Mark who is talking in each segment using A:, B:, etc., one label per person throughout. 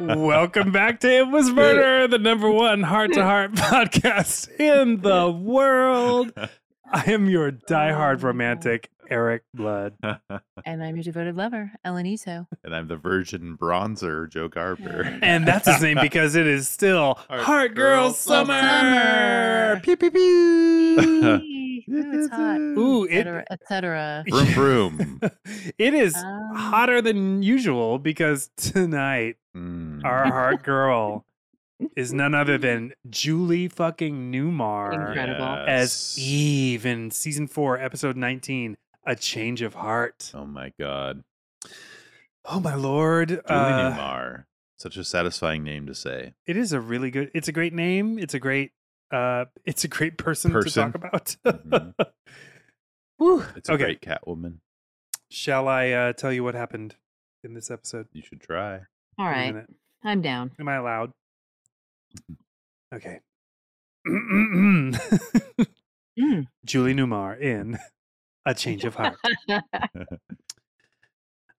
A: Welcome back to It Was Murder, the number one heart to heart podcast in the world. I am your diehard romantic, Eric Blood.
B: And I'm your devoted lover, Ellen Iso.
C: and I'm the virgin bronzer, Joe Garber.
A: And that's his name because it is still
C: Heart
A: Heart Girl,
C: Girl
A: Summer.
B: Summer.
A: Pew, pew, pew.
B: Ooh, it's hot.
A: Ooh,
B: Et
A: it,
B: cetera, et cetera.
C: Vroom vroom.
A: it is
B: Um,
A: hotter than usual because tonight
C: Mm.
A: our heart girl is none other than Julie fucking Newmar.
B: Incredible.
A: as
C: Hmm, Yes.
A: Eve in season four, episode 19, A Change of Heart.
C: Oh my God.
A: Oh, my lord.
C: Julie
A: Uh,
C: Newmar. Such a satisfying name to say.
A: it is a really good, it's a great name. It's a great, uh, it's a great person,
C: Person.
A: to talk about.
C: Mhm.
A: Woo.
C: It's a
A: Okay.
C: great Catwoman.
A: Shall I uh, tell you what happened in this episode?
C: You should try.
B: All
A: Wait a
B: right,
A: minute.
B: I'm down.
A: Am I allowed? Okay.
B: Mm.
A: Julie Newmar in A Change of Heart.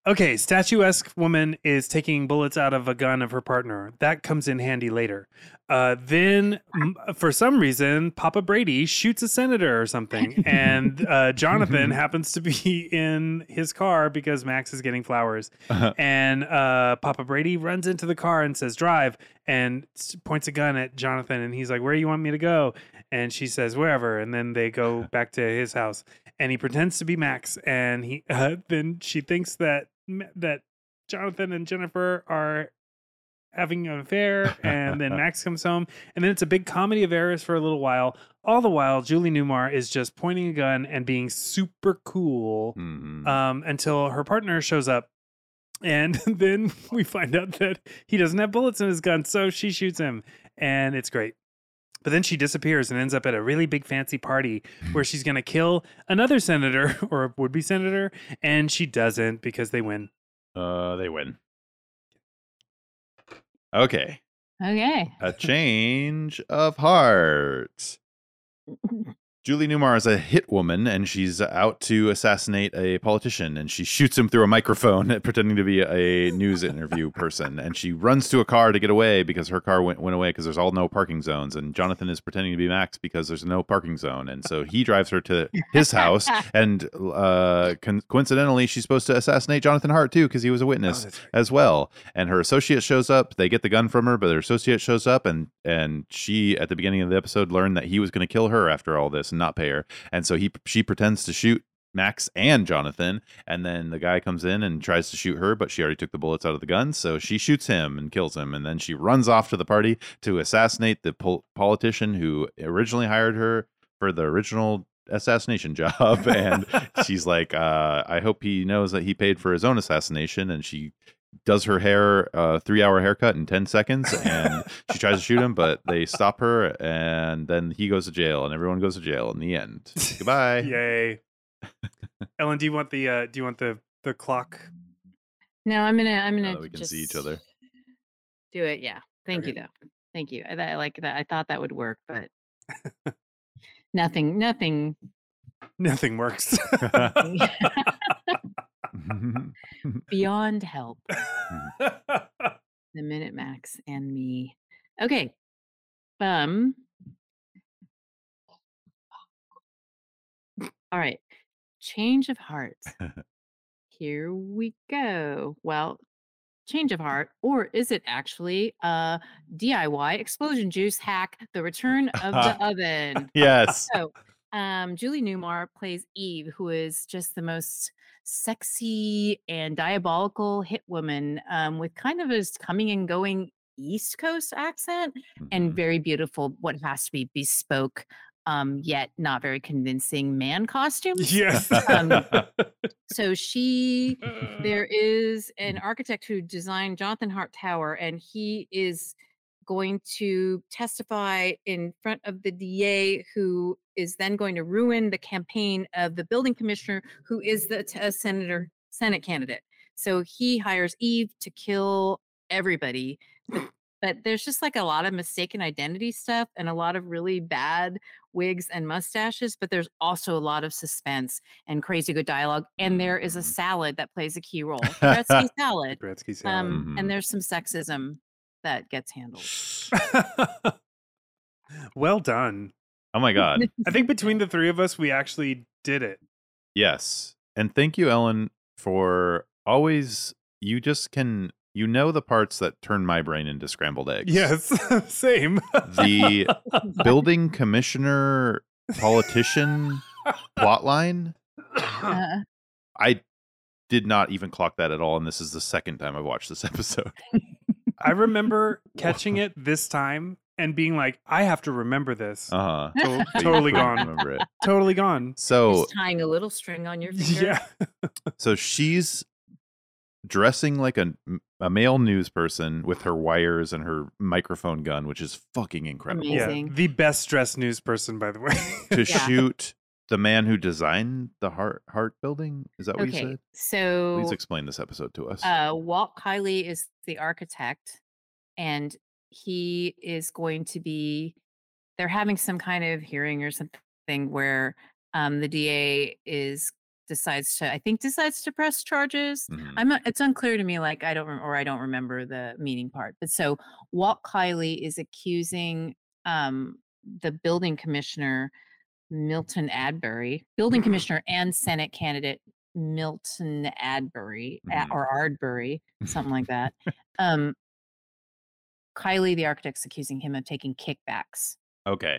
A: Okay, statuesque woman is taking bullets out of a gun of her partner. That comes in handy later. Uh, then, m- for some reason, Papa Brady shoots a senator or something, and uh, Jonathan happens to be in his car because Max is getting flowers. And uh, Papa Brady runs into the car and says, "Drive!" and s- points a gun at Jonathan, and he's like, "Where do you want me to go?" And she says, "Wherever." And then they go back to his house and he pretends to be Max, and he uh, then she thinks that M- that Jonathan and Jennifer are having an affair, and then Max comes home, and then it's a big comedy of errors for a little while. All the while, Julie Newmar is just pointing a gun and being super cool
C: Mhm.
A: um, until her partner shows up. And then we find out that he doesn't have bullets in his gun, so she shoots him, and it's great. But then she disappears and ends up at a really big fancy party where she's going to kill another senator or a would be senator, and she doesn't because they win.
C: Uh, they win. Okay.
B: Okay.
C: A change of heart. Julie Newmar is a hit woman and she's out to assassinate a politician and she shoots him through a microphone pretending to be a news interview person and she runs to a car to get away because her car went, went away because there's all no parking zones and Jonathan is pretending to be Max because there's no parking zone and so he drives her to his house and uh, con- coincidentally she's supposed to assassinate Jonathan Hart too because he was a
A: Oh,
C: witness as well. And her associate shows up. They get the gun from her, but her associate shows up, and and she at the beginning of the episode learned that he was going to kill her after all this and not pay her. And so he she pretends to shoot Max and Jonathan, and then the guy comes in and tries to shoot her, but she already took the bullets out of the gun, so she shoots him and kills him, and then she runs off to the party to assassinate the pol- politician who originally hired her for the original assassination job and she's like, uh, I hope he knows that he paid for his own assassination. And she does her hair, uh, three hour haircut in 10 seconds. And she tries to shoot him, but they stop her. And then he goes to jail, and everyone goes to jail in the end. Goodbye.
A: Yay. Ellen, do you want the uh, do you want the the clock?
B: No, I'm gonna. I'm
C: Now
B: gonna.
C: that we can see each other.
B: just Do it. Yeah. Thank you, though. Thank you. I, I like that. I thought that would work, but nothing. Nothing.
A: Nothing works.
B: beyond help. The minute Max and me. Okay. Um. All right. Change of heart. Here we go. Well, change of heart, or is it actually uh, DIY explosion juice hack? The return of the oven.
C: yes.
B: So, um, Julie Newmar plays Eve, who is just the most sexy and diabolical hit woman um, with kind of a s- coming and going East Coast accent and
C: Mhm.
B: very beautiful, what has to be bespoke, um, yet not very convincing man costumes.
A: yes.
B: Um, So she there is an architect who designed Jonathan Hart Tower, and he is going to testify in front of the DA, who is then going to ruin the campaign of the building commissioner, who is the t- uh, senator Senate candidate. So he hires Eve to kill everybody. The, but there's just like a lot of mistaken identity stuff and a lot of really bad wigs and mustaches but there's also a lot of suspense and crazy good dialogue and there is a salad that plays a key role Gretzky salad
A: Gretzky salad.
B: um,
C: Mhm.
B: and there's some sexism that gets handled
A: well done.
C: Oh my god.
A: I think between the three of us, we actually did it.
C: Yes. And thank you, Ellen, for always you just can you know the parts that turn my brain into scrambled eggs.
A: Yes, same.
C: The building commissioner politician plotline.
B: Uh,
C: I did not even clock that at all, and this is the second time I've watched this episode.
A: I remember catching it this time and being like, I have to remember this.
C: Uh huh.
A: To- totally gone.
C: Remember it.
A: Totally gone.
C: So
B: just tying a little string on your finger
A: Yeah.
C: so she's dressing like a a male news person with her wires and her microphone gun, which is fucking incredible.
B: Amazing.
A: Yeah. The best dressed news person, by the way.
C: to
B: Yeah.
C: shoot the man who designed the heart heart building. Is that what you
B: okay
C: said?
B: so
C: Please explain this episode to us.
B: uh, Walt Kiley is the architect, and he is going to be. They're having some kind of hearing or something where um, the DA is decides to, I think, decides to press charges.
C: Mhm.
B: I'm. Not, it's unclear to me. Like I don't, rem- or I don't remember the meeting part. But so Walt Kiley is accusing um, the building commissioner Milton Adbury, building commissioner and Senate candidate Milton Adbury a-
C: Mhm.
B: or Ardbury, something like that. Um, Kylie, the architect's accusing him of taking kickbacks.
C: Okay.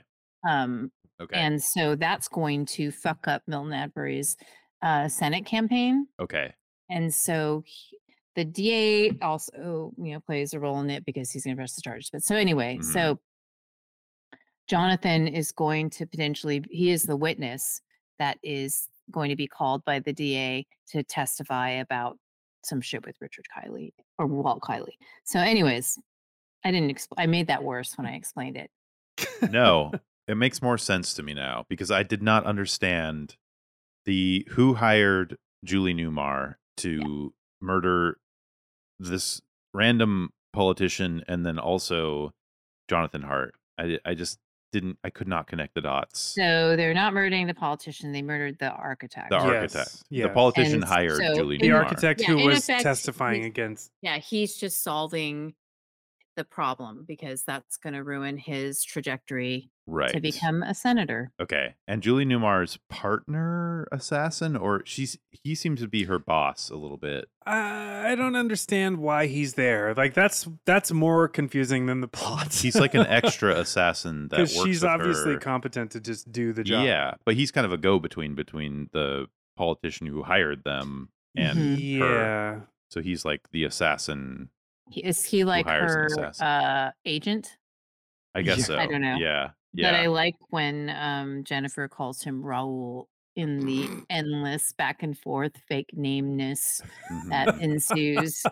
B: Um,
C: Okay.
B: And so that's going to fuck up Milton Adbury's uh, Senate campaign.
C: okay.
B: And so he- the DA also, you know, plays a role in it because he's going to press the charge. But so anyway,
C: Mhm.
B: so Jonathan is going to potentially he is the witness that is going to be called by the DA to testify about some shit with Richard Kiley or Walt Kiley. So anyways, I didn't expl- I made that worse when I explained it.
C: No, it makes more sense to me now because I did not understand the who hired Julie Newmar to murder this random politician and then also Jonathan Hart. I I just didn't I could not connect the dots.
B: So they're not murdering the politician, they murdered the architect.
C: The
A: Yes,
C: architect,
A: yes.
C: the politician
B: And
C: hired
B: so
C: Julie
A: the
B: in-
C: Newmar.
A: architect
B: Yeah,
A: who
B: in
A: was
B: effect,
A: testifying
B: he's-
A: against.
B: Yeah, he's just solving the problem because that's going to ruin his trajectory
C: right
B: to become a senator.
C: Okay. And Julie Newmar's partner assassin, or she's he seems to be her boss a little bit.
A: I I don't understand why he's there. Like that's that's more confusing than the plot.
C: He's like an extra assassin that works.
A: because she's
C: with
A: obviously
C: her.
A: competent to just do the job.
C: Yeah, but he's kind of a go between between the politician who hired them and
B: Mm-hmm.
A: yeah.
C: her. So he's like the assassin.
B: He, is he like
C: hires an
B: her
C: assassin?
B: uh, agent?
C: I guess
A: Yeah.
C: so.
B: I don't know.
C: Yeah. Yeah.
B: That I like when um, Jennifer calls him Raul in the endless back and forth fake nameness
C: Mhm.
B: that ensues.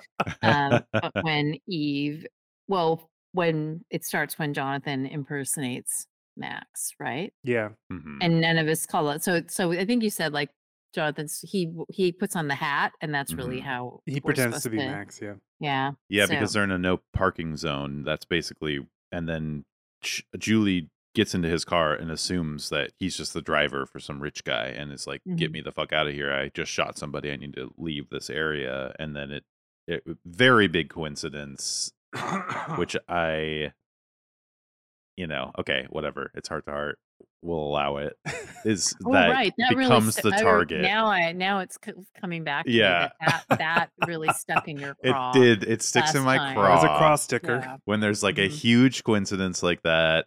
B: Um, but when Eve, well, when it starts when Jonathan impersonates Max, right?
A: Yeah.
C: Mhm.
B: and none of us call it. So, it- so I think you said like Jonathan's he w- he puts on the hat, and that's really
C: Mhm.
B: how
A: He
B: we're
A: pretends to
B: supposed
A: be Max. Yeah.
B: Yeah,
C: Yeah,
B: So-
C: because they're in a no parking zone. That's basically, and then Ch- Julie gets into his car and assumes that he's just the driver for some rich guy, and is like, "Get
B: Mhm.
C: me the fuck out of here! I just shot somebody. I need to leave this area." And then it, it very big coincidence, which I, you know, okay, whatever. It's heart to heart. We'll allow it. Is
B: Oh,
C: that
B: right. That really
C: becomes
B: stu-
C: the
B: I re-
C: target?
B: now, I now it's co- coming back. to me
C: Yeah.
B: that, that that really stuck in your
C: it
B: craw.
C: did. It sticks in my
B: last time.
A: Or as a
C: craw.
A: cross sticker.
B: Yeah.
C: when there's like a
B: Mhm.
C: huge coincidence like that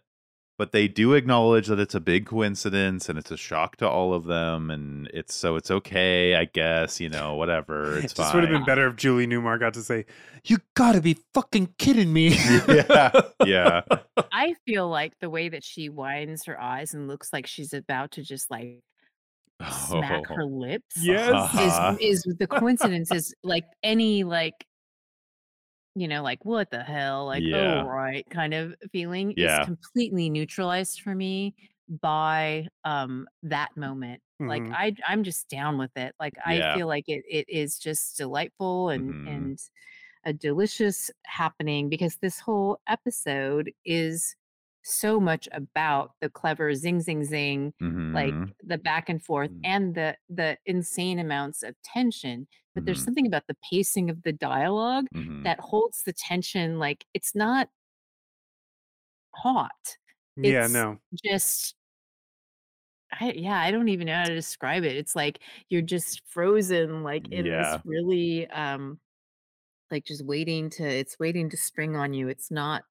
C: but they do acknowledge that it's a big coincidence and it's a shock to all of them and it's so it's okay i guess you know whatever it's
A: It just
C: fine
A: would have been better if Julie Newmar got to say, "You gotta be fucking kidding me."
C: Yeah. yeah
B: I feel like the way that she winds her eyes and looks like she's about to just like smack her lips.
A: Yes.
C: Uh-huh.
B: is is the coincidence is like any like you know like what the hell like
C: Yeah.
B: oh right kind of feeling
C: Yeah.
B: is completely neutralized for me by um that moment like
A: Mhm.
B: i i'm just down with it like i
C: Mm-hmm. Yeah.
B: feel like it it is just delightful and
C: Mhm.
B: and a delicious happening because this whole episode is so much about the clever zing zing zing like
C: Mhm.
B: the back and forth
C: Mm.
B: and the the insane amounts of tension but there's
C: Mhm.
B: something about the pacing of the dialogue
C: Mhm.
B: that holds the tension like it's not hot
A: Mm-hmm. yeah,
B: it's-
A: no.
B: just I, yeah i don't even know how to describe it it's like you're just frozen like in
C: Yeah.
B: this really um like just waiting to it's waiting to spring on you it's not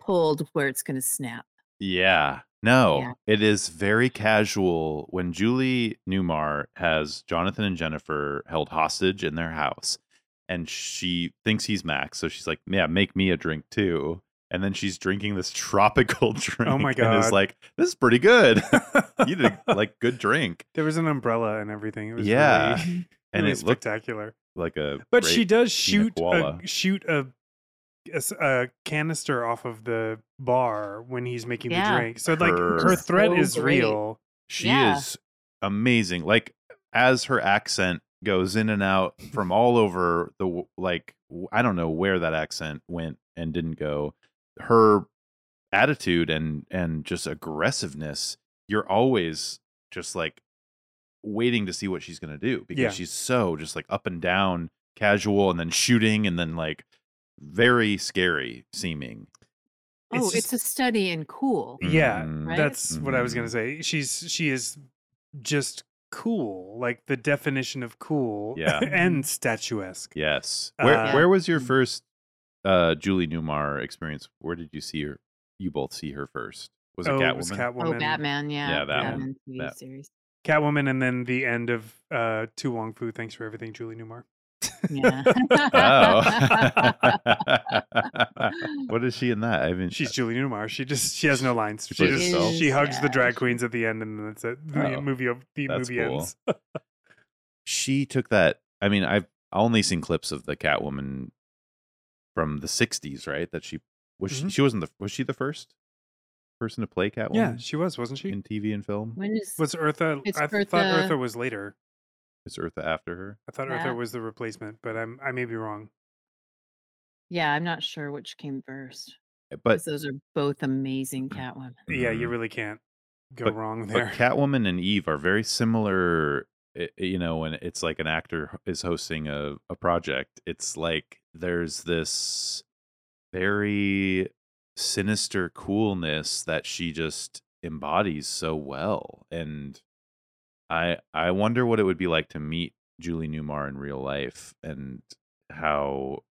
B: pulled where it's going to snap
C: Yeah. No,
B: Yeah.
C: it is very casual when Julie Newmar has Jonathan and Jennifer held hostage in their house and she thinks he's Max. So she's like, Yeah, make me a drink too. And then she's drinking this tropical drink.
A: Oh my
C: And
A: God.
C: is like, This is pretty good. you did a, like good drink.
A: there was an umbrella and everything. It was
C: Yeah,
B: Mm-hmm.
A: really,
C: And
A: really
C: it looked
A: spectacular.
C: like a
A: But
C: great-
A: she does shoot a,
C: koala.
A: shoot a, a s- a canister off of the bar when he's making
B: Yeah.
A: the drink. So like her,
C: Her-
A: threat
B: So
A: is
B: great.
A: real.
C: She
B: Yeah.
C: is amazing. Like as her accent goes in and out from all over the w- like w- I don't know where that accent went and didn't go. Her attitude and and just aggressiveness, you're always just like waiting to see what she's going to do because
A: Yeah.
C: she's so just like up and down, casual and then shooting and then like very scary seeming.
B: oh
A: It's
B: it's, a study in cool
A: Yeah,
C: Mhm.
B: Right?
A: That's what I was
C: Mhm.
A: gonna say. She's she is just cool, like the definition of cool.
C: Yeah.
A: and statuesque.
C: Yes. Where
A: Uh,
C: where was your
A: Mm.
C: first uh Julie Newmar experience? Where did you see her? You both see her first. Was it
A: oh,
C: Catwoman?
A: it was Catwoman.
B: oh batman yeah
C: Yeah, that one,
B: batman TV
C: that-
B: series
A: Catwoman, and then the end of uh, Tu Wong Fu. Thanks for everything, Julie Newmar.
B: yeah
C: Oh. what is she in that? I mean,
A: She's Julie Newmar. She just she has no lines. She,
C: uh, She plays
A: just
C: herself?
A: she hugs the
B: Yeah,
A: drag
B: she-
A: queens at the end, and then that's it. The
C: Oh,
A: movie of the
C: that's
A: movie
C: cool.
A: ends.
C: she took that. I mean, I've only seen clips of the Catwoman from the '60s, right? That she was she,
A: Mhm.
C: she wasn't the was she the first person to play Catwoman?
A: Yeah, she was, wasn't she?
C: in TV and film.
B: when is
A: Was Eartha?
B: It's
A: I thought
B: Eartha-
A: Eartha was later.
C: Is Eartha after her?
A: I thought
B: Yeah.
A: Eartha was the replacement, but I'm I may be wrong.
B: yeah i'm not sure which came first
C: But
B: because those are both amazing catwomen
A: Yeah, you
C: Mhm.
A: really can't go
C: But-
A: wrong
C: But
A: there.
C: Catwoman and Eve are very similar. i- i- You know, when it's like an actor is hosting a, a project, it's like there's this very sinister coolness that she just embodies so well. And I I wonder what it would be like to meet Julie Newmar in real life and how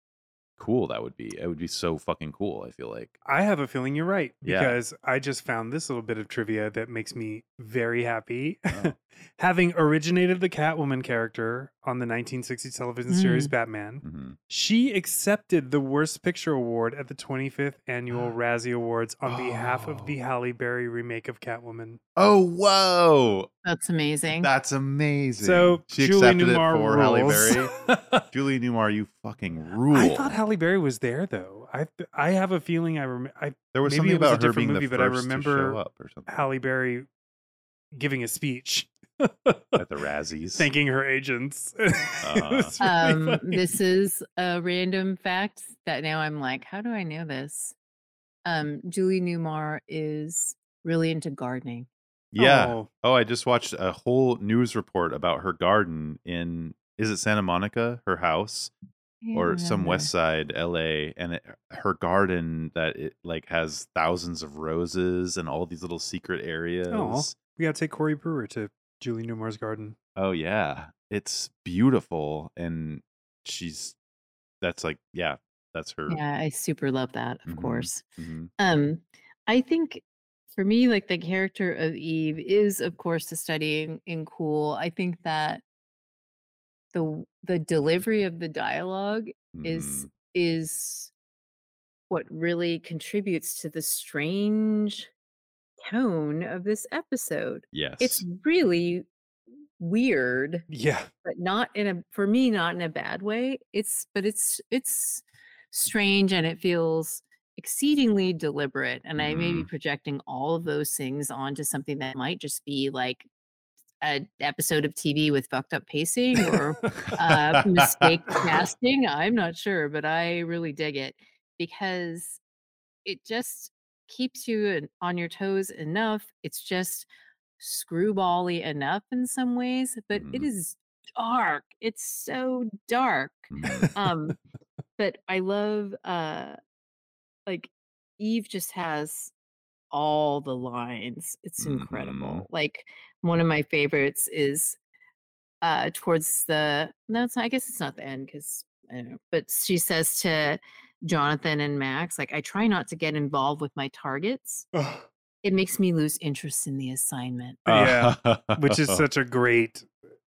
C: cool that would be. It would be so fucking cool, I feel like.
A: I have a feeling you're right
C: Yeah.
A: because I just found this little bit of trivia that makes me very happy.
C: Oh.
A: Having originated the Catwoman character on the 1960s television
B: Mm.
A: series Batman,
C: hmm
A: she accepted the Worst Picture Award at the 25th Annual Razzie Awards on behalf of the
C: Oh.
A: Halle Berry remake of Catwoman.
C: Oh, whoa.
B: that's amazing
C: That's amazing.
A: So
C: she
A: Julie
C: accepted
A: Newmar
C: it for
A: rules.
C: Halle Berry. Julie Newmar, you fucking rule.
A: I thought Halle Berry was there though. I I have a feeling I rem- I
C: there was
A: maybe
C: something
A: it was a
C: about her
A: different
C: being
A: movie,
C: the
A: but I
C: first to
A: remember
C: show up or something
A: Halle Berry giving a speech.
C: at the Razzies.
A: thanking her agents.
C: Uh-huh.
A: It was really
B: um,
A: funny.
B: this is a random fact that now I'm like, how do I know this? Um, Julie Newmar is really into gardening.
C: yeah.
A: Oh,
C: Oh, I just watched a whole news report about her garden in is it Santa Monica, her house,
B: I
C: or
B: don't
C: some
B: remember.
C: West Side, L.A. And it, her garden that it like has thousands of roses and all these little secret areas.
A: we gotta take Corey Brewer to Julie Newmar's garden.
C: Oh yeah, it's beautiful, and she's that's like yeah, that's her.
B: Yeah, I super love that, of
C: Mhm.
B: course.
C: Mhm.
B: Um, I think for me, like the character of Eve is, of course, the studying in cool. I think that the w- the delivery of the dialogue is
C: Mhm.
B: is what really contributes to the strange tone of this episode.
C: yes,
B: It's really weird,
A: Yeah,
B: but not in a for me not in a bad way. It's but it's it's strange and it feels exceedingly deliberate and I may be projecting all of those things onto something that might just be like an episode of TV with fucked up pacing or uh, mistake casting. I'm not sure, but I really dig it because it just keeps you in- on your toes enough. It's just screwbally enough in some ways, but it
C: Mm.
B: is dark. It's so dark.
C: Mm.
B: Um, but I love uh like Eve just has all the lines. It's incredible. Like one of my favorites is uh towards the no, it's not, I guess it's not the end because I don't know. But she says to Jonathan and Max, like, I try not to get involved with my targets. It makes me lose interest in the assignment.
A: Yeah, Which is such a great,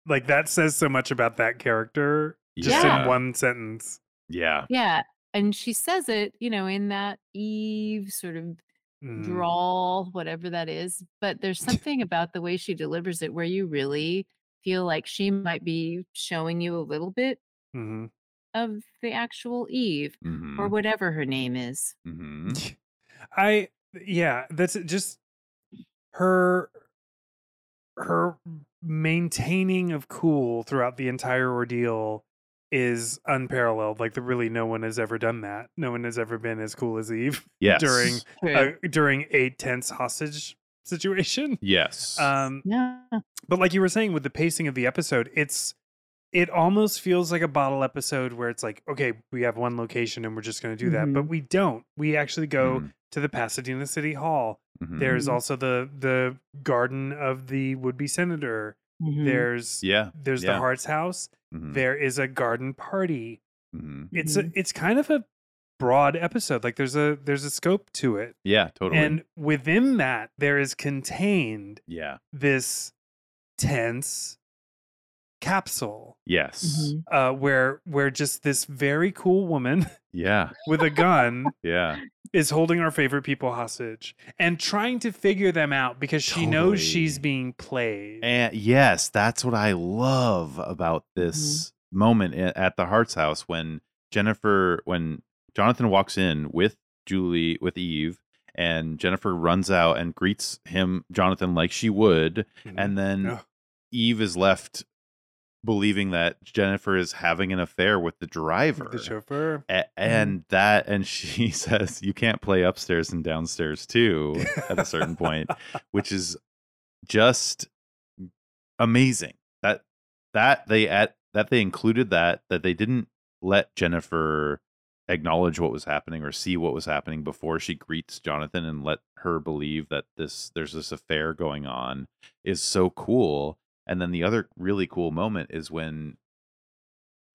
A: like, that says so much about that character just
B: Yeah.
A: in one sentence.
C: yeah.
B: Yeah. And she says it, you know, in that Eve sort of
A: Mm.
B: drawl, whatever that is. But there's something about the way she delivers it where you really feel like she might be showing you a little bit
A: Mhm.
B: of the actual Eve
C: mm-hmm, Mm.
B: or whatever her name is.
C: hmm
A: I yeah, that's it, just her her maintaining of cool throughout the entire ordeal is unparalleled. Like the really no one has ever done that. No one has ever been as cool as Eve
C: Yes.
A: during
B: True.
A: uh, during a tense hostage situation.
C: Yes.
A: Um
B: yeah.
A: but like you were saying with the pacing of the episode, it's it almost feels like a bottle episode where it's like, okay, we have one location and we're just going to do that, but we don't. We actually go
C: Mhm,
A: to the Pasadena City Hall.
C: mhm.
A: There's
B: Mhm.
A: also the the garden of the would-be senator.
B: Mhm.
A: There's
C: Mm-hmm. Yeah.
A: there's
C: yeah.
A: the Hart's house.
C: mhm,
A: There is a garden party.
C: mhm.
A: It's a, it's kind of a broad episode. Like there's a there's a scope to it.
C: Yeah. Totally.
A: And within that there is contained
C: yeah.
A: this tense capsule
C: Yes.
B: Mhm.
A: uh where where just this very cool woman
C: Yeah.
A: with a gun
C: Yeah.
A: is holding our favorite people hostage and trying to figure them out because she knows she's
C: Totally.
A: being played.
C: And yes, that's what I love about this moment a- at the Hart's house when Jennifer, when Jonathan walks in with Julie, with Eve, and Jennifer runs out and greets him, Jonathan, like she would. And then
A: Ugh.
C: Eve is left believing that Jennifer is having an affair with the driver.
A: With the chauffeur.
C: A- and that and she says you can't play upstairs and downstairs too at a certain point which is just amazing that that they at that they included that that they didn't let jennifer acknowledge what was happening or see what was happening before she greets jonathan and let her believe that this there's this affair going on is so cool and then the other really cool moment is when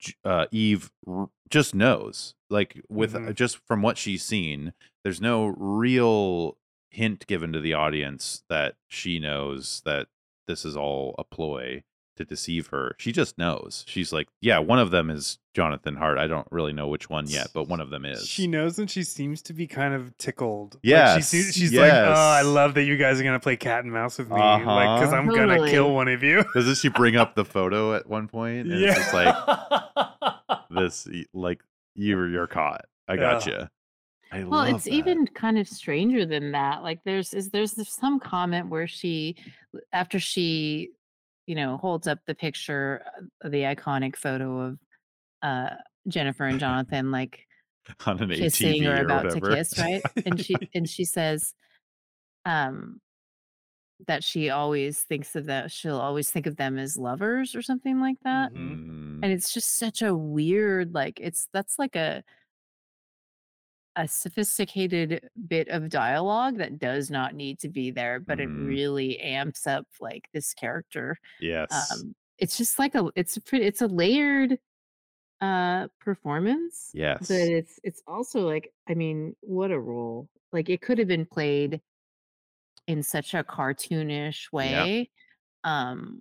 C: J- uh, Eve r- just knows, like with
A: Mhm.
C: just from what she's seen, there's no real hint given to the audience that she knows that this is all a ploy to deceive her. She just knows. She's like, yeah, one of them is Jonathan Hart. I don't really know which one yet, but one of them is.
A: She knows and she seems to be kind of tickled. Like, she
C: Yes,
A: seems, she's like, oh, I
C: yes.
A: love that you guys are going to play cat and mouse with me. Like, because
C: Uh-huh.
A: I'm going to kill
B: Totally.
A: one of you.
C: Doesn't she bring up the photo at one point? And It's just like this, y- like you you're caught. I
A: Yeah.
C: got gotcha. you. I
B: Well,
C: love
B: it's
C: that.
B: even kind of stranger than that. Like there's is there's this- some comment where she after she you know holds up the picture uh, the iconic photo of uh Jennifer and Jonathan like
C: on an
B: kissing
C: ATV
B: or
C: or,
B: about
C: whatever.
B: to kiss, right? And she and she says um that she always thinks of that she'll always think of them as lovers or something like that.
A: Mhm.
C: Mm.
B: And it's just such a weird like it's that's like a a sophisticated bit of dialogue that does not need to be there, but
C: Mhm.
B: it really amps up like this character.
C: Yes.
B: Um it's just like a it's a pretty it's a layered uh performance
C: yes.
B: but it's it's also like i mean what a role like it could have been played in such a cartoonish way um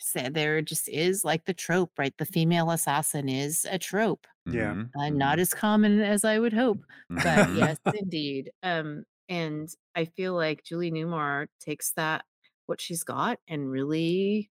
B: so there just is like the trope right the female assassin is a trope
A: yeah.
C: Mhm.
B: uh, not
A: Mm.
B: as common as i would hope but
C: Mhm.
B: yes indeed um and i feel like julie newmar takes that what she's got and really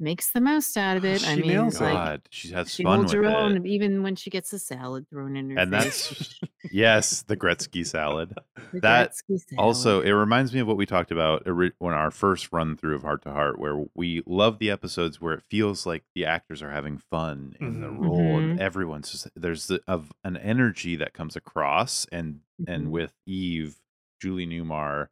B: makes the most out of it. I
A: Oh, She
B: mean,
A: nails it.
B: like,
C: God, she has
B: she
C: fun
B: holds
C: with
B: her
C: it.
B: own, even when she gets a salad thrown in her
C: And
B: face.
C: that's yes, the Gretzky salad.
B: The
C: that
B: Gretzky salad.
C: Also, it reminds me of what we talked about ori- when our first run through of Heart to Heart, where we love the episodes where it feels like the actors are having fun in the
A: Mhm.
C: role, and everyone's just there's the, of an energy that comes across, and
B: Mhm.
C: and with Eve, Julie Newmar,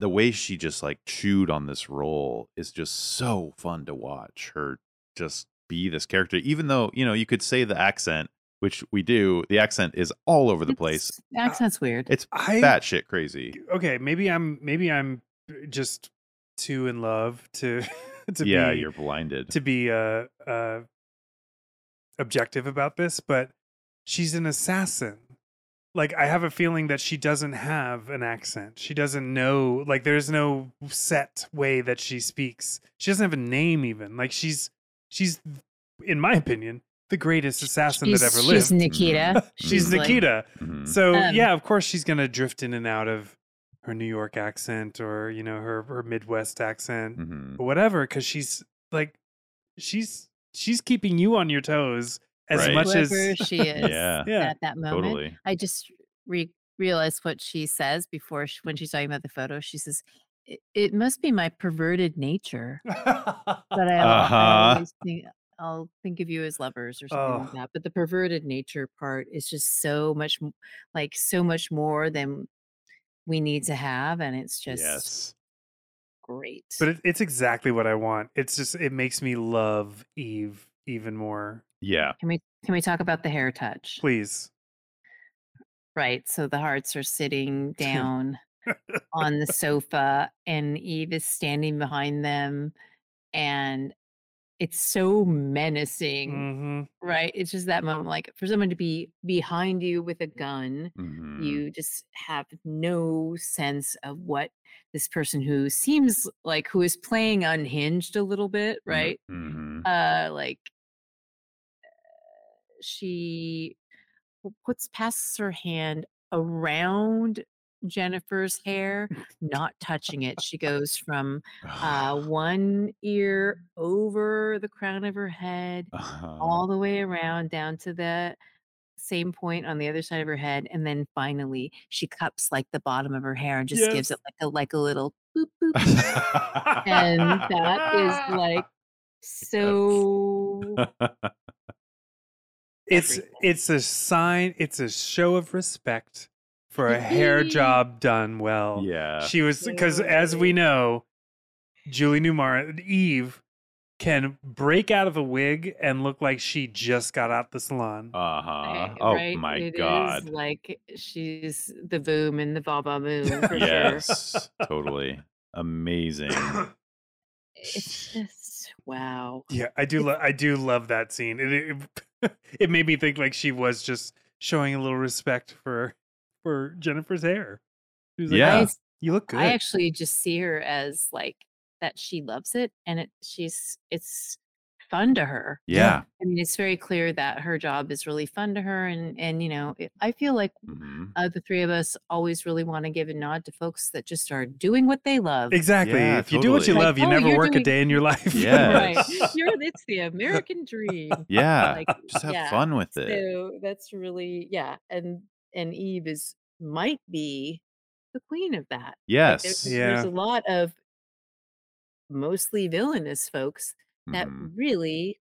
C: the way she just like chewed on this role is just so fun to watch her just be this character, even though you know you could say the accent. Which we do. The accent is all over the place.
B: It's- Accent's weird.
C: It's
A: I
C: batshit crazy.
A: okay, maybe I'm maybe I'm just too in love to to
C: yeah,
A: be
C: you're blinded.
A: to be uh uh objective about this, but she's an assassin. Like I have a feeling that she doesn't have an accent. She doesn't know like there's no set way that she speaks. She doesn't have a name even. Like she's she's in my opinion the greatest assassin
B: she's,
A: that ever
B: she's
A: lived.
B: Nikita.
A: she's
C: Mhm.
B: like-
A: Nikita.
C: Mhm.
A: So
B: Um,
A: yeah, of course she's gonna drift in and out of her New York accent or you know her her Midwest accent
C: Mhm.
A: or whatever, because she's like she's she's keeping you on your toes as
C: Right.
A: much
B: Whoever
A: as
B: she is
C: Yeah.
A: yeah
B: at that moment.
C: Totally.
B: I just re- realized what she says before she, when she's talking about the photo. She says, "It, it must be my perverted nature, but I, al-
C: Uh-huh.
B: I always think I'll think of you as lovers or something
A: Oh.
B: like that." But the perverted nature part is just so much, m- like so much more than we need to have, and it's just
C: yes.
B: great.
A: but it, it's exactly what I want. It's just it makes me love Eve even more.
C: Yeah.
B: can we can we talk about the hair touch?
A: Please,
B: Right. So the hearts are sitting down on the sofa, and Eve is standing behind them. And it's so menacing,
A: hmm
B: right? It's just that moment like for someone to be behind you with a gun,
C: Mhm.
B: you just have no sense of what this person who seems like who is playing unhinged a little bit,
C: Mhm.
B: right?
C: Mhm.
B: uh like uh, she w- puts passes her hand around Jennifer's hair, not touching it. She goes from uh, one ear over the crown of her head,
C: Uh-huh.
B: all the way around down to the same point on the other side of her head, and then finally she cups like the bottom of her hair and just
A: Yes.
B: gives it like a like a little boop boop, and that is like so
A: it's
B: everything.
A: it's a sign. It's a show of respect for a hair
B: Mm-hmm.
A: job done well.
C: yeah.
A: She was because, as we
B: Totally.
A: know, Julie Newmar Eve can break out of a wig and look like she just got out the salon.
C: Uh huh.
B: Right,
C: Oh
B: right?
C: my
B: It is
C: god.
B: like she's the boom and the baba boom. For sure.
C: Yes. totally. Amazing.
B: It's just wow.
A: yeah, I do. Lo- I do love that scene. It, it, it made me think like she was just showing a little respect for for Jennifer's hair. She was like,
C: Yeah.
B: I,
A: "Oh,
B: s-
A: you look good.
B: I actually just see her as like that she loves it and it she's it's fun to her.
C: Yeah.
B: I mean, it's very clear that her job is really fun to her and and you know, it, I feel like
C: Mhm.
B: uh, the three of us always really want to give a nod to folks that just are doing what they love.
A: exactly.
C: Yeah,
A: if you do what you
C: totally.
A: love, you
B: Like, oh,
A: never
B: you're
A: work a
B: doing-
A: day in your life.
C: Yeah.
B: Right. You're, it's the American dream.
C: Yeah.
B: Like,
C: Just have
B: yeah.
C: fun with it.
B: So that's really yeah, and and Eve is might be the queen of that. Like,
C: Yes.
B: there's,
A: Yeah.
B: there's a lot of mostly villainous folks that
C: Mhm.
B: really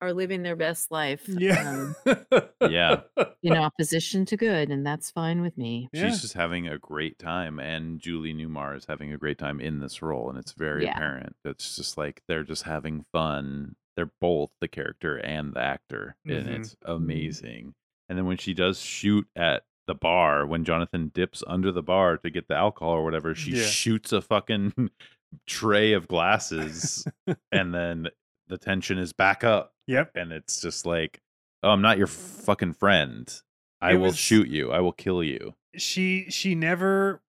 B: are living their best life.
A: Yeah.
B: um,
C: Yeah.
B: in opposition to good, and that's fine with me.
A: Yeah.
C: She's just having a great time, and Julie Newmar is having a great time in this role, and it's very
B: Yeah.
C: apparent. It's just like they're just having fun. They're both the character and the actor,
A: Mhm.
C: and it's amazing. And then when she does shoot at the bar, when Jonathan dips under the bar to get the alcohol or whatever, she
A: Yeah.
C: shoots a fucking tray of glasses, and then the tension is back up,
A: Yep.
C: and it's just like, oh, I'm not your fucking friend. I
A: It
C: will
A: was-
C: shoot you. I will kill you.
A: She she never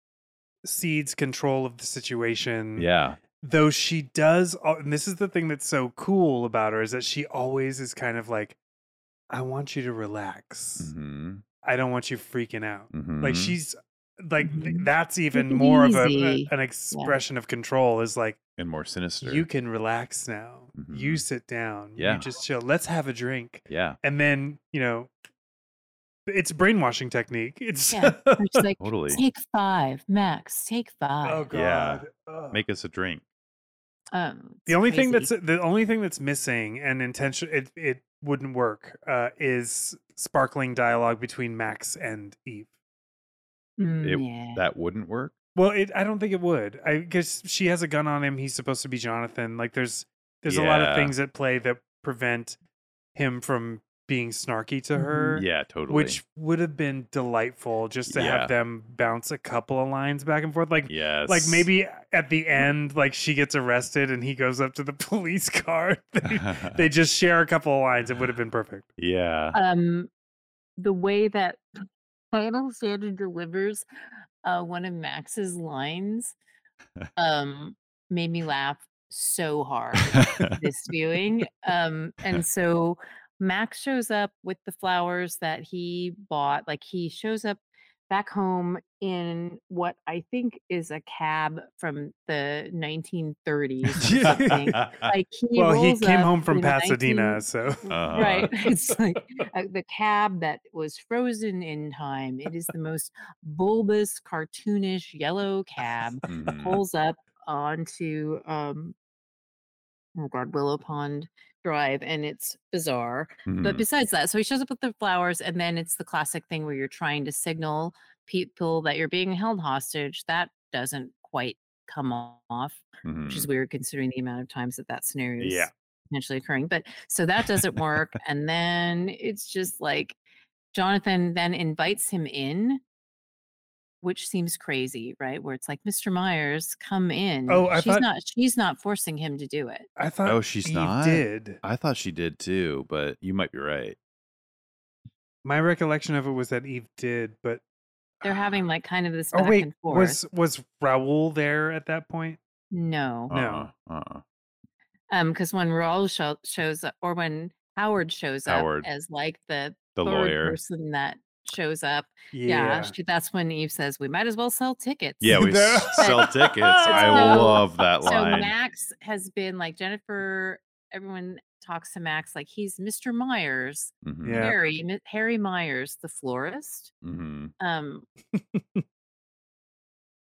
A: cedes control of the situation.
C: Yeah.
A: though she does al- and this is the thing that's so cool about her is that she always is kind of like i want you to relax
C: Mm-hmm.
A: i don't want you freaking out like she's like th- that's even more of a- a,
B: Easy.
A: an expression of control is like
C: and more sinister.
A: you can relax now you
C: Mhm.
A: sit down
C: Yeah.
A: you just chill let's have a drink
C: yeah,
A: and then you know it's brainwashing technique it's
B: Yeah. It's like
C: totally.
B: take five, Max. Take
A: oh
B: five.
A: god
C: Yeah.
A: Ugh.
C: Make us a drink.
B: Um,
A: Oh, the
B: it's
A: only thing that's
B: crazy.
A: the only thing that's missing and intention it, it wouldn't work uh, is sparkling dialogue between max and eve
B: Mm,
C: it-
B: yeah.
C: That wouldn't work.
A: well it, i don't think it would i guess she has a gun on him he's supposed to be jonathan like there's there's a lot
C: Yeah.
A: of things at play that prevent him from being snarky to
B: Mhm.
A: her
C: Mm-hmm. Yeah, totally.
A: which would have been delightful just to
C: Yeah.
A: have them bounce a couple of lines back and forth like
C: yes, Mm-hmm.
A: like maybe at the end like she gets arrested and he goes up to the police car they, they just share a couple of lines it would have been perfect
C: yeah.
B: um, the way that Lionel Sanders delivers uh, one of Max's lines um, made me laugh so hard this viewing. Um, and so Max shows up with the flowers that he bought. Like he shows up back home in what I think is a cab from the 1930s or something. Like he
A: well he
B: rolls
A: came
B: up
A: home from
B: in Mm. a 19
A: pasadena so
C: Uh-huh.
B: Right. It's like uh, the cab that was frozen in time. It is the most bulbous, cartoonish yellow cab
C: Mhm.
B: pulls up onto um oh god, Willow Pond Drive and it's bizarre. But
C: Mhm.
B: besides that, so he shows up with the flowers and then it's the classic thing where you're trying to signal people that you're being held hostage. That doesn't quite come off
C: Mm-hmm.
B: which
A: Mm.
B: is weird considering the amount of times that that scenario is
C: Yeah.
B: potentially occurring. But so that doesn't work. and then it's just like Jonathan then invites him in, which seems crazy, right? Where it's like, Mr. Myers, come in.
A: Oh, I
B: she's
A: thought-
B: not she's not forcing him to do it.
A: i thought
C: Oh, she's
A: Eve
C: not?
A: did
C: I thought she did too, but you might be right.
A: my recollection of it was that eve did but
B: They're having like kind of this
A: oh
B: back
A: wait
B: and forth.
A: was was raoul there at that point
B: no.
A: No.
C: Uh-uh. uh-uh.
B: Um, because when Raul sho- shows up or when Howard shows
C: Howard.
B: up as like the,
C: The
B: third
C: lawyer.
B: person that shows up Yeah,
A: yeah,
B: she, that's when Eve says we might as well sell tickets.
C: Yeah, we
A: There-
C: s- sell tickets. I
B: So-
C: love that
B: So
C: line.
B: Max has been like Jennifer. Everyone talks to Max like he's Mr. Myers,
C: Mhm,
A: Yeah.
B: Harry Mi- Harry Myers, the florist.
C: mhm.
B: Um,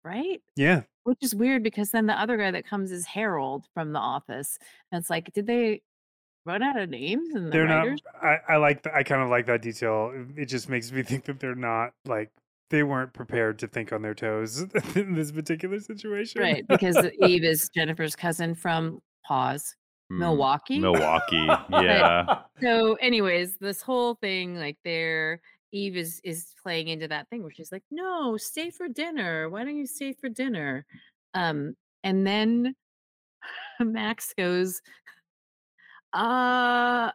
B: right?
A: yeah.
B: Which is weird because then the other guy that comes is Harold from The Office, and it's like, did they run out of names? And the
A: they're not
B: writers?
A: i, I like th- i kind of like that detail It- it just makes me think that they're not like they weren't prepared to think on their toes in this particular situation
B: right because Eve is Jennifer's cousin from Pause,
C: Mm,
B: Milwaukee.
C: Milwaukee. Yeah.
B: so anyways this whole thing like there eve is is playing into that thing where she's like no stay for dinner why don't you stay for dinner um and then max goes uh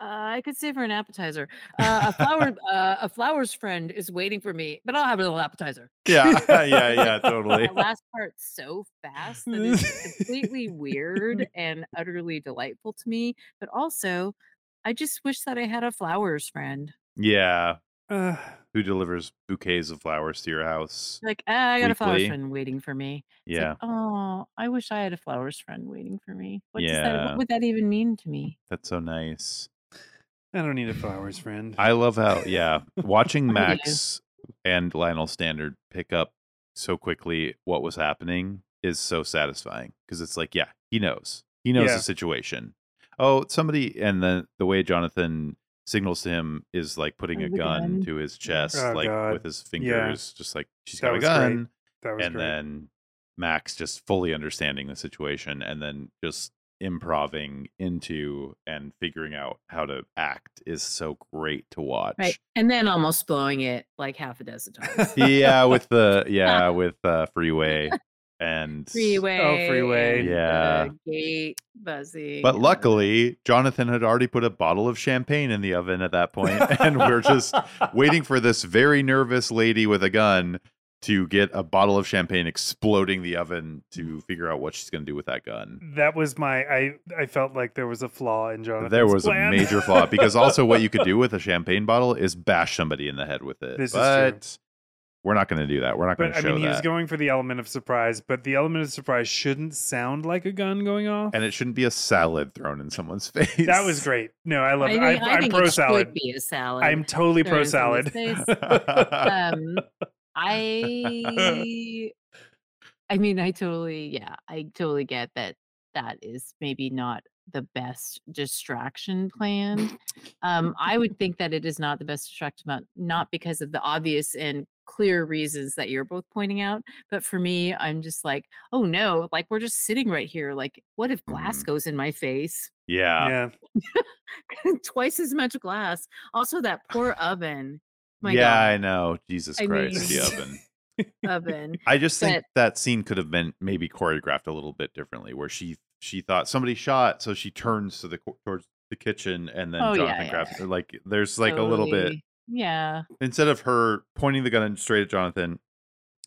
B: uh, I could stay for an appetizer. Uh, a flower, uh, a flower's friend is waiting for me, but I'll have a little appetizer.
C: yeah. Yeah. Yeah. Totally.
B: That last part so fast that it's just completely weird and utterly delightful to me. But also, I just wish that I had a flowers friend.
C: Yeah.
A: Uh,
C: Who delivers bouquets of flowers to your house?
B: Like, ah, I got a flowers
C: Weekly.
B: friend waiting for me. It's
C: Yeah.
B: Like, oh, I wish I had a flowers friend waiting for me. What does that?
C: Yeah.
B: What would that even mean to me?
C: That's so nice.
A: I don't need a flowers friend.
C: I love how, yeah, watching
B: do.
C: Max and Lionel Standard pick up so quickly what was happening is so satisfying because it's like, yeah, he knows. He knows
A: Yeah.
C: the situation. Oh, somebody, and the, the way Jonathan signals to him is like putting a
B: With a
C: gun,
B: gun.
C: to his chest,
A: Oh,
C: like
A: God.
C: with his fingers, just like, she's
A: That
C: got a
A: was great.
C: gun.
A: that was
C: And
A: great.
C: then Max just fully understanding the situation and then just improving into and figuring out how to act is so great to watch.
B: Right. And then almost blowing it like half a dozen
A: Oh,
B: times.
C: yeah, with the yeah, with uh freeway and
B: Freeway.
A: freeway.
B: and the
C: Yeah.
B: Gate buzzing.
C: But
B: and the-
C: luckily, Jonathan had already put a bottle of champagne in the oven at that point, and we're just waiting for this very nervous lady with a gun to get a bottle of champagne exploding the oven to
A: Mm.
C: figure out what she's going to do with that gun.
A: that was my. I I felt like there was a flaw in Jonathan's
C: There was
A: plan.
C: a major flaw because also what you could do with a champagne bottle is bash somebody in the head with it.
A: This is true.
C: but We're not going to do that. We're not going
A: But
C: to
A: I
C: show
A: mean, he's
C: that.
A: going for the element of surprise, but the element of surprise shouldn't sound like a gun going off.
C: and it shouldn't be a salad thrown in someone's face.
A: that was great. No, I love it.
B: I think,
A: I,
B: I
A: I'm
B: think
A: pro
B: it
A: salad.
B: should be a salad.
A: I'm totally
B: thrown
A: pro
B: in someone's
A: salad.
B: face.
C: great.
B: um, I, I mean, I totally, yeah, I totally get that. That is maybe not the best distraction plan. Um, I would think that it is not the best distraction plan, not because of the obvious and clear reasons that you're both pointing out, but for me, I'm just like, oh no, like we're just sitting right here. Like, what if glass
C: Mm.
B: goes in my face?
C: yeah.
B: Oh
A: yeah.
B: Twice as much glass. Also, that poor oven. My
C: yeah,
B: God.
C: I know. Jesus
B: I
C: Christ,
A: mean-
C: the oven.
B: oven.
C: I just think
B: But-
C: that scene could have been maybe choreographed a little bit differently, where she she thought somebody shot, so she turns to the co- towards the kitchen, and then
B: Oh, yeah,
C: Jonathan
B: yeah,
C: grabs her. Like there's like a little bit
B: Totally. Yeah. Oh,
C: instead of her pointing the gun straight at Jonathan,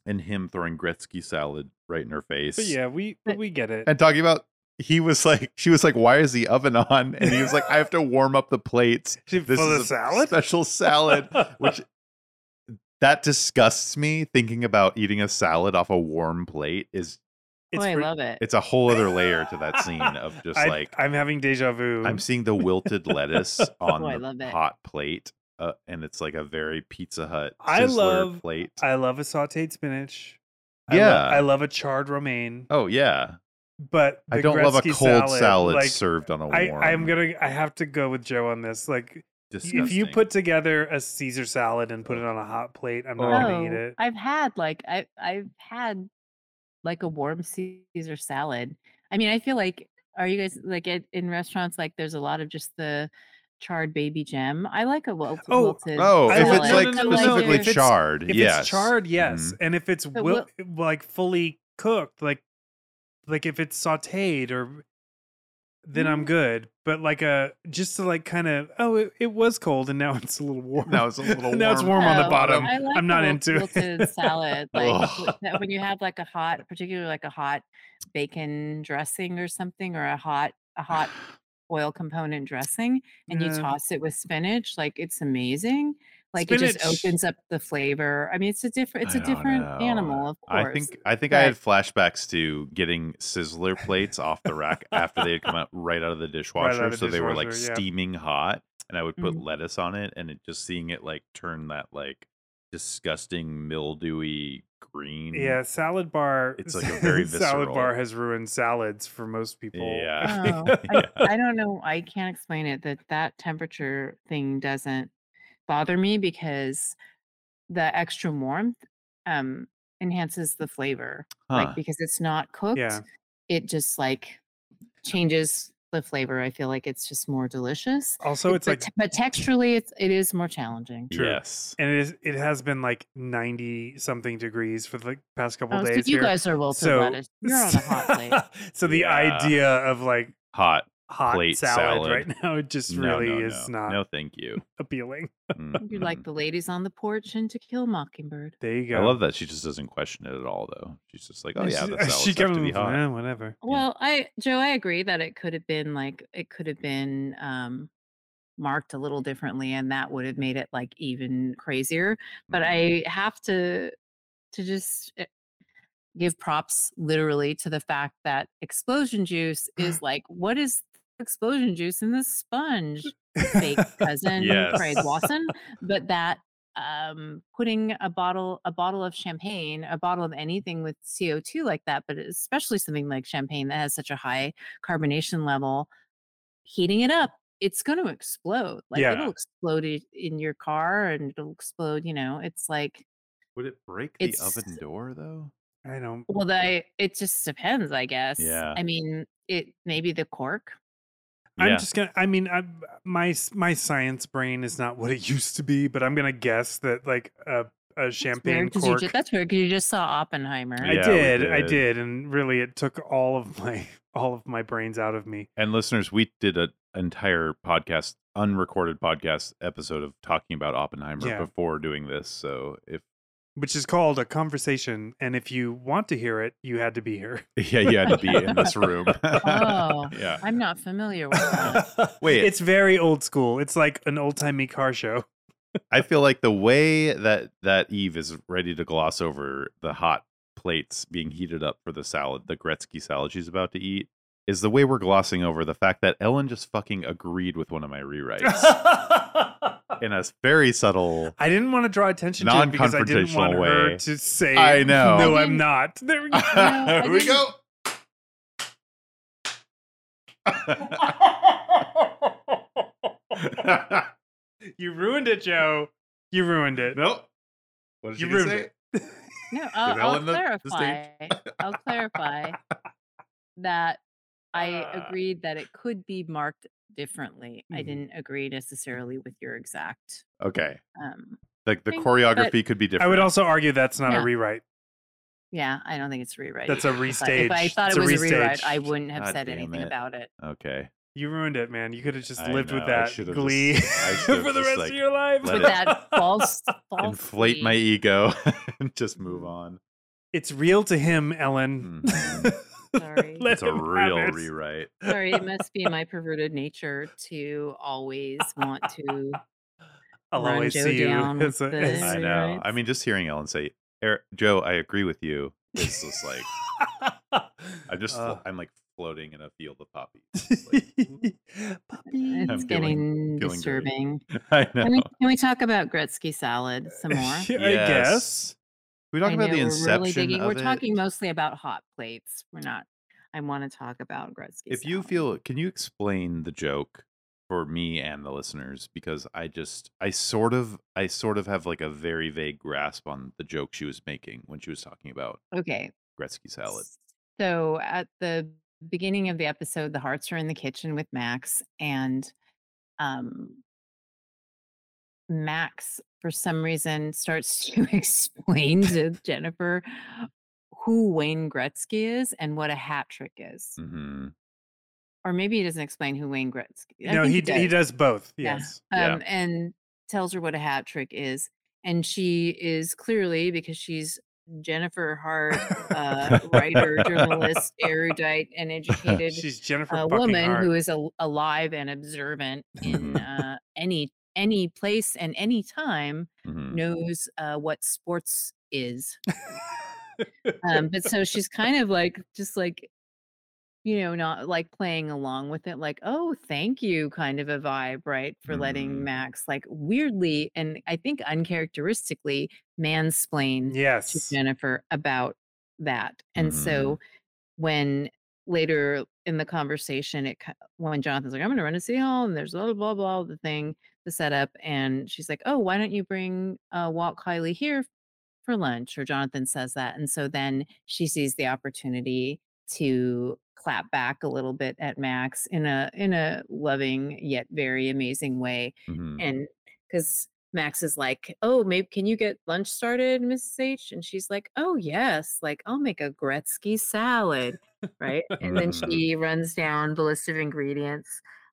C: and him throwing Gretzky salad right in her face.
A: But yeah, we
B: But-
A: we get it.
C: and talking about he was like she was like why is the oven on and he was like i have to warm up the plates
A: For
C: this
A: the
C: is a
A: salad?
C: special salad which that disgusts me thinking about eating a salad off a warm plate is
B: Oh, I
A: re-
B: love it.
C: it's a whole other layer to that scene of just
A: I,
C: like
A: I'm having deja vu.
C: i'm seeing the wilted lettuce on
B: Oh, I love
C: the
B: it.
C: hot plate uh, and it's like a very pizza hut
A: I
C: Sizzler
A: love-
C: plate
A: I love a sautéed spinach. I,
C: Yeah.
A: lo- I love a charred romaine,
C: oh yeah
A: but
C: i
A: the
C: don't love a
A: Gretzky
C: cold salad,
A: like,
C: served on a
A: I,
C: warm
A: I'm gonna. I have to go with Joe on this. Like, if you
C: disgusting.
A: put together a Caesar salad and put it on a hot plate, I'm not gonna eat
B: Oh,
A: it.
B: I've had like I I've had like a warm Caesar salad. I mean, I feel like are you guys like at, in restaurants like there's a lot of just the charred baby gem. I like a wel-
A: Oh,
B: wilted.
C: Oh,
A: I
C: if
A: like-
C: it's
A: No,
C: like
A: no, no, no, no.
C: specifically
A: If it's-
C: charred,
A: If
C: yes. Mm-hmm.
A: it's charred, yes, and if it's
B: But
A: will, like fully cooked, like like if it's sautéed or then I'm
B: Mm-hmm.
A: good. But like a just to like kind of oh it, it was cold and now it's a little warm.
C: Now it's a little
A: now it's
C: warm.
A: warm on the
B: Oh,
A: bottom.
B: I like
A: I'm
B: a
A: not
B: wel-
A: into
B: wilted
A: it.
B: salad. Like w-
C: Ugh.
B: that when you have like a hot, particularly like a hot bacon dressing or something, or a hot a hot oil component dressing, and you
A: Yeah.
B: toss it with spinach, like it's amazing. Like it
A: Spinach.
B: just opens up the flavor. I mean, it's a different, it's
C: I
B: a
C: don't
B: different animal,
C: know.
B: of course.
C: I think I think I
B: but-
C: had flashbacks to getting sizzler plates off the rack after they had come out right out of the dishwasher,
A: of the
C: so they were like
A: dishwasher, yeah. Mm-hmm.
C: steaming hot, and I would put
B: Mhm.
C: lettuce on it, and it just seeing it like turn that like disgusting mildewy green.
A: yeah, salad bar.
C: Mm. It's, like, a very
A: salad bar
C: visceral-
A: has ruined salads for most people.
C: Yeah.
B: Oh, I,
C: Yeah.
B: I don't know. I can't explain it that that temperature thing doesn't bother me because the extra warmth um, enhances the flavor.
C: Huh.
B: Like because it's not cooked,
A: Yeah.
B: it just like changes the flavor. I feel like it's just more delicious.
A: Also, it's
B: but,
A: like
B: te- but texturally, it's it is more challenging.
A: True.
C: Yes.
A: and it is it has been like 90 something degrees for the past couple
B: Oh, so
A: days
B: you
A: here.
B: guys are wilted
A: so-
B: lettuce. You're on a hot plate.
A: so the
C: Yeah.
A: idea of like
C: Hot.
A: hot
C: Plate
A: salad,
C: salad.
A: right now it just
C: No,
A: really
C: no,
A: is
C: no.
A: not
C: No, thank you.
A: appealing.
B: You're like
C: Mm-mm.
B: the ladies on the porch and To Kill a Mockingbird.
A: There you go.
C: I love that she just doesn't question it at all, though. She's just like, "Oh
A: And
C: yeah,
A: she,
C: that's how
A: she
C: it's have to be
A: comes,
C: hot."
A: "Eh, whatever.
C: Yeah.
B: Well, I Joe, I agree that it could have been like it could have been um marked a little differently and that would have made it like even crazier, but I have to to just uh, give props literally to the fact that explosion juice is like what is explosion juice in this sponge fake cousin Craig
C: Yes.
B: Wasson, but that um putting a bottle a bottle of champagne a bottle of anything with co2 like that but especially something like champagne that has such a high carbonation level heating it up it's going to explode like
A: Yeah.
B: it'll explode i- in your car and it'll explode you know it's like
C: Would it break
B: the It's- oven
C: door though?
A: I don't.
B: well the it just depends i guess
C: Yeah.
B: i mean it maybe the cork
A: I'm
C: yeah.
A: just gonna. I mean, I, my s- my science brain is not what it used to be, but I'm gonna guess that like a a champagne
B: because you
A: cork.
B: just, that's weird 'cause you just saw oppenheimer
A: I
C: Yeah, we
A: did, I
C: did.
A: did, and really, it took all of my all of my brains out of me.
C: And listeners, we did an entire podcast, unrecorded podcast episode of talking about Oppenheimer
A: Yeah.
C: before doing this. So if
A: which is called a conversation. And if you want to hear it, you had to be here.
C: yeah, you had to be in this room.
B: Oh.
C: yeah.
B: i'm not familiar with that
C: Oh, Wait.
A: it's very old school. It's like an old timey car show.
C: I feel like the way that that Eve is ready to gloss over the hot plates being heated up for the salad, the Gretzky salad she's about to eat, is the way we're glossing over the fact that Ellen just fucking agreed with one of my rewrites in a very subtle.
A: I didn't want to draw attention to it because I didn't want
C: Non-confrontational
A: her
C: way.
A: to say,
C: I know.
A: no, I'm not. There we go.
B: I
C: Here we
B: didn't-
C: go.
A: you ruined it, Joe. You ruined it.
C: nope. What did
A: You
C: you just
A: ruined
C: say?
A: it.
B: No, I'll, I'll
C: Ellen the- the
B: clarify.
C: stage.
B: I'll clarify that
C: Uh.
B: I
A: Ah.
B: agreed that it could be marked differently. I
A: Mhm.
C: Mm-hmm.
B: didn't agree necessarily with your exact.
C: Okay.
B: Um,
C: Like the
B: Think-
C: choreography could be different.
A: I would also argue that's not
B: Yeah.
A: a rewrite.
B: yeah, I don't think it's a rewrite.
A: That's a
B: If I-
A: restage.
B: If I thought
A: It's
B: it was a rewrite, I
A: restaged.
B: wouldn't have
C: God
B: said
C: damn
B: anything
C: it.
B: about it.
C: Okay.
A: You ruined it, man. You could have just
C: I
A: lived
C: know,
A: with
C: I
A: that
C: should've
A: glee
C: just- I should've
A: for the
C: just,
A: rest
C: like,
A: of your life.
C: let
B: With
C: it-
B: that false, false
C: Inflate my ego and just move on.
A: It's real to him, Ellen.
C: Mhm.
B: Sorry.
A: Let
C: It's a
A: him have
C: real
A: it.
C: rewrite.
B: Sorry, it must be my perverted nature to always want to.
A: I'll
B: Run
A: always
B: Joe
A: see you.
B: down
A: as
B: with
A: a-
B: the-
A: as-
C: I
B: Sorry,
C: know. I
B: right?
C: mean, just hearing Ellen say, "Er- "Joe, I agree with you," is just like I'm just flo-
A: Uh,
C: I'm like floating in a field of poppies. It's like-
A: Puppy.
B: It's
C: feeling-
B: getting
C: feeling great.
B: disturbing.
C: I know.
B: Can we, can we talk about Gretzky salad some more?
A: Yeah, I guess.
C: Can we talk
B: I
C: about
B: know,
C: the
B: we're really
C: inception
B: digging-
C: of
B: We're
C: it?
B: talking mostly about hot plates. We're not. I want to talk about Gretzky.
C: if you
B: salad.
C: feel, can you explain the joke for me and the listeners? Because I just, I sort of, I sort of have like a very vague grasp on the joke she was making when she was talking about
B: okay,
C: Gretzky salad.
B: So at the beginning of the episode, the hearts are in the kitchen with Max, and um, Max, for some reason, starts to explain to Jennifer who Wayne Gretzky is and what a hat trick is.
C: Mm-hmm.
B: Or maybe he doesn't explain who Wayne Gretzky. I
A: No,
B: think
A: he d- he does both.
B: Yeah.
A: Yes.
C: Yeah.
B: um, and tells her what a hat trick is. And she is clearly because she's Jennifer Hart, uh, writer, journalist, erudite, and educated
A: She's Jennifer
B: uh,
A: fucking
B: woman
A: Hart.
B: who is al- alive and observant in
C: Mhm.
B: uh, any any place and any time
C: hmm
B: knows uh, what sports is. Um, but so she's kind of like just like you know not like playing along with it like oh thank you kind of a vibe right for
C: Mm.
B: letting max like weirdly and i think uncharacteristically mansplain to
A: yes.
B: Jennifer about that. And so when later in the conversation, it ki- when Jonathan's like, "I'm going to run to City Hall," and there's blah blah blah the thing, the setup, and she's like, "Oh, why don't you bring uh, Walt Kylie here for lunch?" Or Jonathan says that, and so then she sees the opportunity to clap back a little bit at Max in a in a loving yet very amazing way
C: hmm
B: and because Max is like, "Oh, maybe can you get lunch started, Mrs. H?" And she's like, "Oh yes, like I'll make a Gretzky salad, right?" And then
C: Mhm.
B: she runs down the list of ingredients,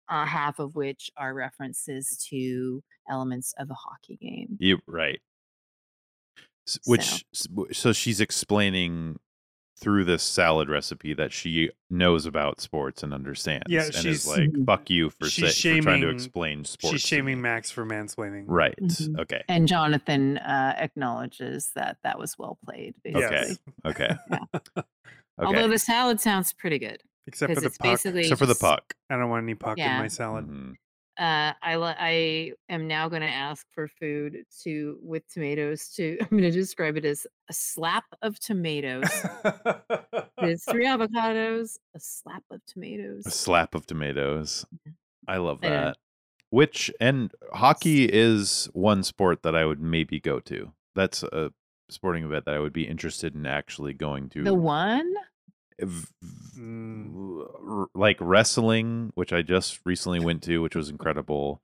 B: uh, half of which are references to elements of a hockey game.
C: You right. S- Which s- w- so she's explaining through this salad recipe that she knows about sports and understands.
A: Yeah,
C: and
A: she's-
C: is like, "Fuck you for,
A: she's
C: say- for trying to
A: shaming-
C: explain sports."
A: She's
C: to
A: shaming Mm-hmm.
C: me."
A: Max for mansplaining.
C: Right.
B: Mhm.
C: Okay.
B: And Jonathan uh, acknowledges that that was well played.
A: Yes.
B: Basically.
C: Okay.
B: Yeah.
C: Okay.
B: Although the salad sounds pretty good
A: Except for
B: because
A: the
B: it's
A: puck.
B: basically
C: Except for the
B: just-
C: puck.
A: I don't want any puck in
B: Yeah.
A: my salad.
C: Mhm.
B: uh, I li- I am now going to ask for food to with tomatoes. To I'm going to describe it as a slap of tomatoes.
C: Mm-hmm.
B: There's three avocados, a slap of
C: A
B: tomatoes.
C: slap of tomatoes. I love
B: I
C: that.
B: don't know.
C: Which and hockey is one sport that I would maybe go to. That's a sporting event that I would be interested in actually going to.
B: The one
C: v-
A: Mm.
C: r- like wrestling, which I just recently went to, which was incredible.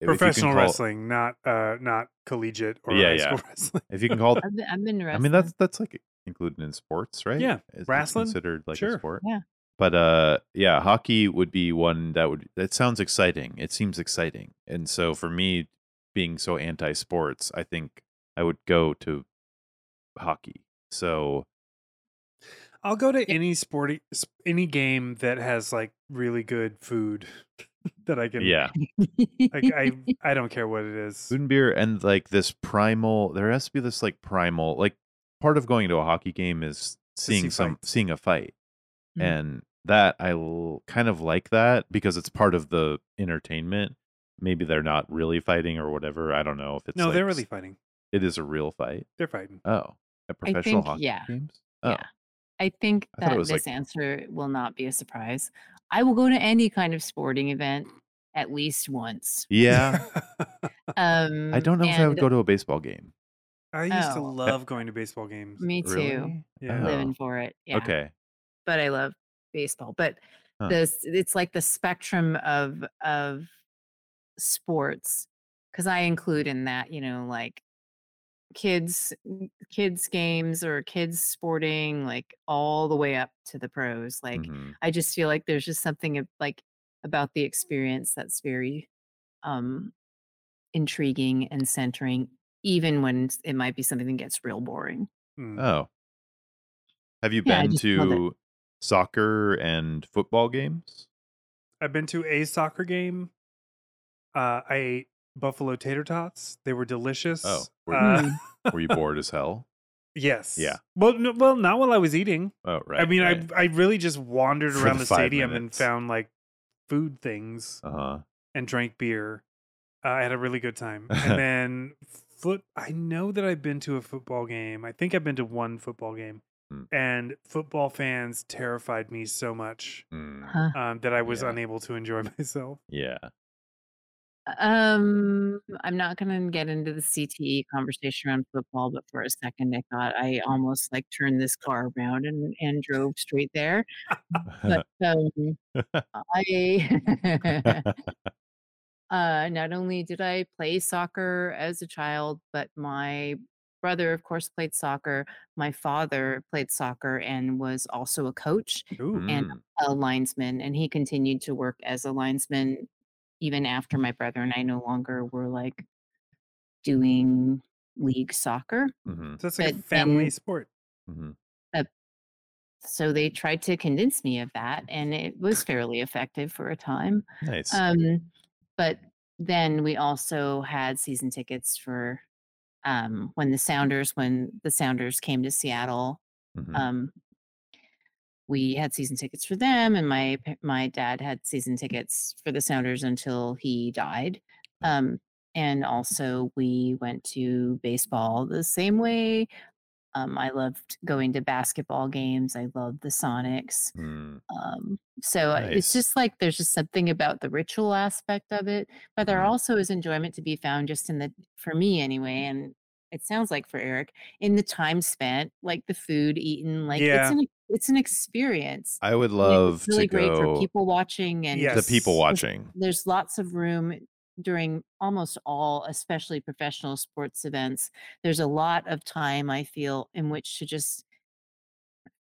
C: If you can
A: Professional
C: call-
A: wrestling, not uh, not collegiate or
C: Yeah,
A: high
C: yeah.
A: school wrestling.
C: If you can call,
B: I've been, I've been
C: I
B: wrestling.
C: mean that's that's like included in sports, right?
A: Yeah,
C: Is- it's
A: wrestling,
C: considered like a
A: sure.
C: sport.
B: Yeah.
C: But uh, yeah, hockey would be one that would that sounds exciting. It seems exciting, and so for me, being so anti-sports, I think I would go to hockey. So
A: I'll go to any sporty, s- any game that has like really good food that I can.
C: Yeah.
A: Like I, I don't care what it is.
C: Food and beer and like this primal there has to be this like primal like part of going to a hockey game is seeing
A: see
C: some
A: fights.
C: seeing a fight.
B: Mhm.
C: And that I l- kind of like that because it's part of the entertainment. Maybe they're not really fighting or whatever. I don't know if it's
A: No,
C: like,
A: they're really fighting.
C: it is a real fight.
A: They're fighting.
C: Oh. At professional
B: think-
C: hockey
B: yeah.
C: games? Oh.
B: Yeah. I think
C: I thought it
B: that
C: was,
B: this
C: like-
B: answer will not be a surprise. I will go to any kind of sporting event at least once.
C: Yeah.
B: Um,
C: I don't know if I would
B: and
C: go to a baseball game.
A: I used to
B: Oh.
A: love going to baseball games.
B: Me too.
C: Really?
A: Yeah.
B: Living
C: Oh.
B: for it. Yeah.
C: Okay.
B: But I love baseball. But
C: Huh.
B: this it's like the spectrum of of sports because I include in that you know like kids kids games or kids sporting like all the way up to the pros like
C: Mhm.
B: I just feel like there's just something ab- like about the experience that's very um intriguing and centering even when s- it might be something that gets real boring.
A: Mm.
C: Oh. Have you
B: Yeah, I
C: been
B: just love it.
C: to soccer and football games?
A: I've been to a soccer game. Uh, I ate buffalo tater tots. They were delicious.
C: Oh, were you-
A: Uh,
B: Mm.
C: Were you bored as hell?
A: yes.
C: Yeah.
A: Well, no, well, not while I was eating.
C: Oh, right.
A: I mean,
C: right.
A: I I really just wandered
C: For
A: around
C: the
A: the
C: five
A: stadium and
C: minutes.
A: found like food things
C: uh-huh.
A: and drank beer. Uh, I had a really good time. And then foot. I know that I've been to a football game. I think I've been to one football game,
C: Hmm.
A: and football fans terrified me so much
C: Mm,
B: Huh.
A: um, that I was
C: Yeah.
A: unable to enjoy myself.
C: yeah.
B: Um, I'm not gonna get into the CTE conversation around football, but for a second I thought I almost like turned this car around and and drove straight there. But um, I uh, not only did I play soccer as a child, but my brother, of course, played soccer. My father played soccer and was also a coach,
A: Ooh.
B: and
C: Mm,
B: a linesman, and he continued to work as a linesman even after my brother and I no longer were like doing league soccer.
C: mhm,
A: So it's like a
B: But
A: family
B: then-
A: sport.
C: mhm.
B: So they tried to convince me of that, and it was fairly effective for a time.
C: Nice.
B: Um, but then we also had season tickets for um, when the Sounders when the Sounders came to Seattle.
C: Mhm.
B: Um, we had season tickets for them, and my pa- my dad had season tickets for the Sounders until he died.
C: Mm.
B: Um, and also, we went to baseball the same way. Um, I loved going to basketball games. I loved the Sonics
C: Mm,
B: um so uh,
C: Nice.
B: it's just like there's just something about the ritual aspect of it but there
C: Mhm.
B: also is enjoyment to be found just in the for me anyway and it sounds like for eric in the time spent like the food eaten like
A: Yeah.
B: it's an it's an experience
C: I would
B: and it was
C: love
B: really
C: to
B: great
C: go
B: for people watching and
A: Yes.
C: the people
A: Yes.
C: watching.
B: there's lots of room during almost all especially professional sports events there's a lot of time i feel in which to just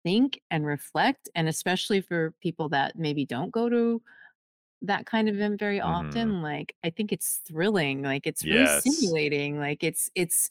B: think and reflect and especially for people that maybe don't go to that kind of event very
C: Mhm.
B: often like i think it's thrilling like it's really
C: Yes.
B: stimulating like it's it's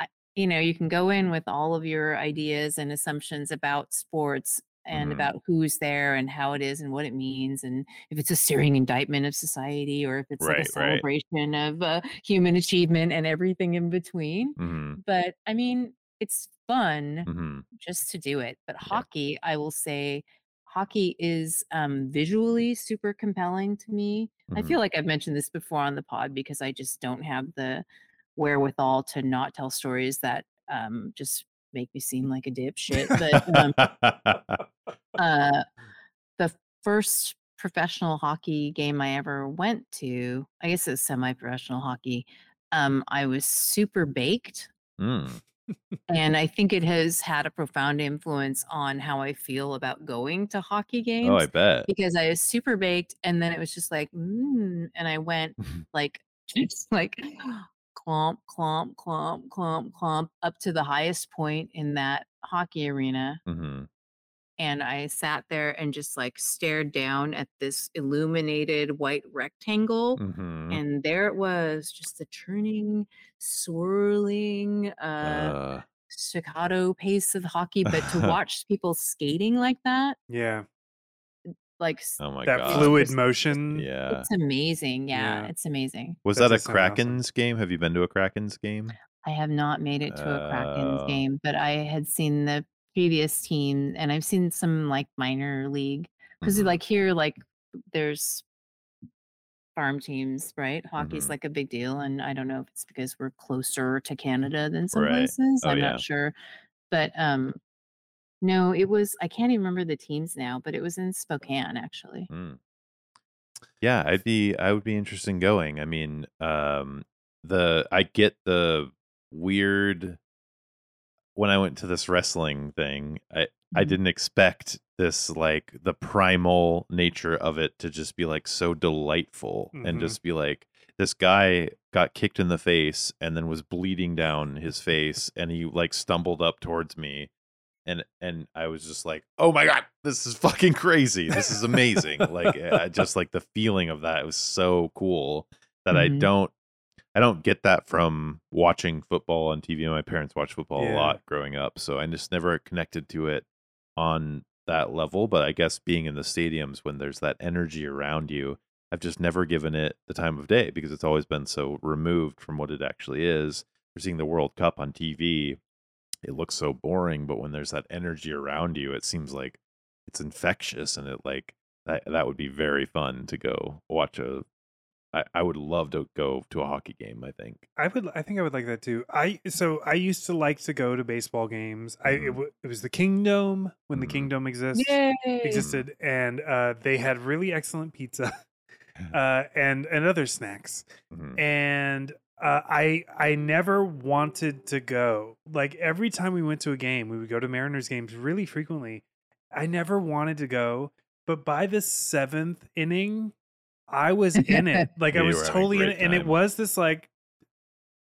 B: I- you know you can go in with all of your ideas and assumptions about sports and
C: Mhm.
B: about who's there and how it is and what it means and if it's a searing indictment of society or if it's
C: Right,
B: like a
C: right.
B: celebration of uh, human achievement and everything in between
C: Mhm,
B: but i mean it's fun
C: mhm.
B: just to do it. But hockey, I will say, hockey is um, visually super compelling to me. I
C: Mhm.
B: feel like I've mentioned this before on the pod because I just don't have the wherewithal to not tell stories that um, just make me seem like a dipshit. But um, uh, the first professional hockey game I ever went to, I guess it's semi-professional hockey. Um, I was super baked
C: Mm,
B: and I think it has had a profound influence on how I feel about going to hockey games
C: Oh, I bet.
B: because I was super baked, and then it was just like, mm, and I went like just like clomp, clomp, clomp, clomp, clomp up to the highest point in that hockey arena,
C: Mhm.
B: and I sat there and just like stared down at this illuminated white rectangle
C: Mhm.
B: and there it was just the churning swirling uh,
C: Uh,
B: staccato pace of hockey but to watch people skating like that
A: Yeah.
B: like s-
C: Oh my
A: that
C: god.
A: fluid motion.
C: Yeah.
B: it's amazing. Yeah,
A: Yeah.
B: it's amazing.
C: Was
A: That
C: that a
A: does sound awesome.
C: Kraken's game? Have you been to a Kraken's game?
B: I have not made it to a Kraken's
C: Oh.
B: game, but I had seen the previous team and I've seen some like minor league because
C: Mhm.
B: like here like there's farm teams, right? Hockey's
C: Mhm.
B: like a big deal and I don't know if it's because we're closer to Canada than some
C: Mm, Right.
B: places.
C: Oh,
B: I'm
C: yeah.
B: not sure. But um no, it was I can't even remember the teams now, but it was in Spokane actually.
C: Mm. Yeah, I'd be I would be interested in going. I mean, um the I get the weird when I went to this wrestling thing, I I
B: Mhm.
C: didn't expect this like the primal nature of it to just be like so delightful and
A: Mhm.
C: just be like this guy got kicked in the face and then was bleeding down his face and he like stumbled up towards me and and I was just like, "Oh my god, this is fucking crazy. This is amazing." like eh, I I just like the feeling of that was so cool that I
B: Mhm.
C: don't I don't get that from watching football on TV. My parents watched football
A: Yeah.
C: a lot growing up, so I just never connected to it on that level, but I guess being in the stadiums when there's that energy around you, I've just never given it the time of day because it's always been so removed from what it actually is. We're seeing the World Cup on TV. It looks so boring, but when there's that energy around you, it seems like it's infectious and it like that that would be very fun to go watch a I, I would love to go to a hockey game, I think.
A: I would. I think I would like that too. I so I used to like to go to baseball games. I it,
C: Mhm.
A: w- it was the Kingdom when the
C: Mhm.
A: Kingdom exists existed, and uh, they had really excellent pizza, uh, and and other snacks.
C: Mhm.
A: And uh, I I never wanted to go. Like every time we went to a game, we would go to Mariners games really frequently. I never wanted to go, but by the seventh inning, I was in it. Like I
C: You were
A: was
C: having
A: totally in
C: great
A: it, and it
C: time.
A: was this like,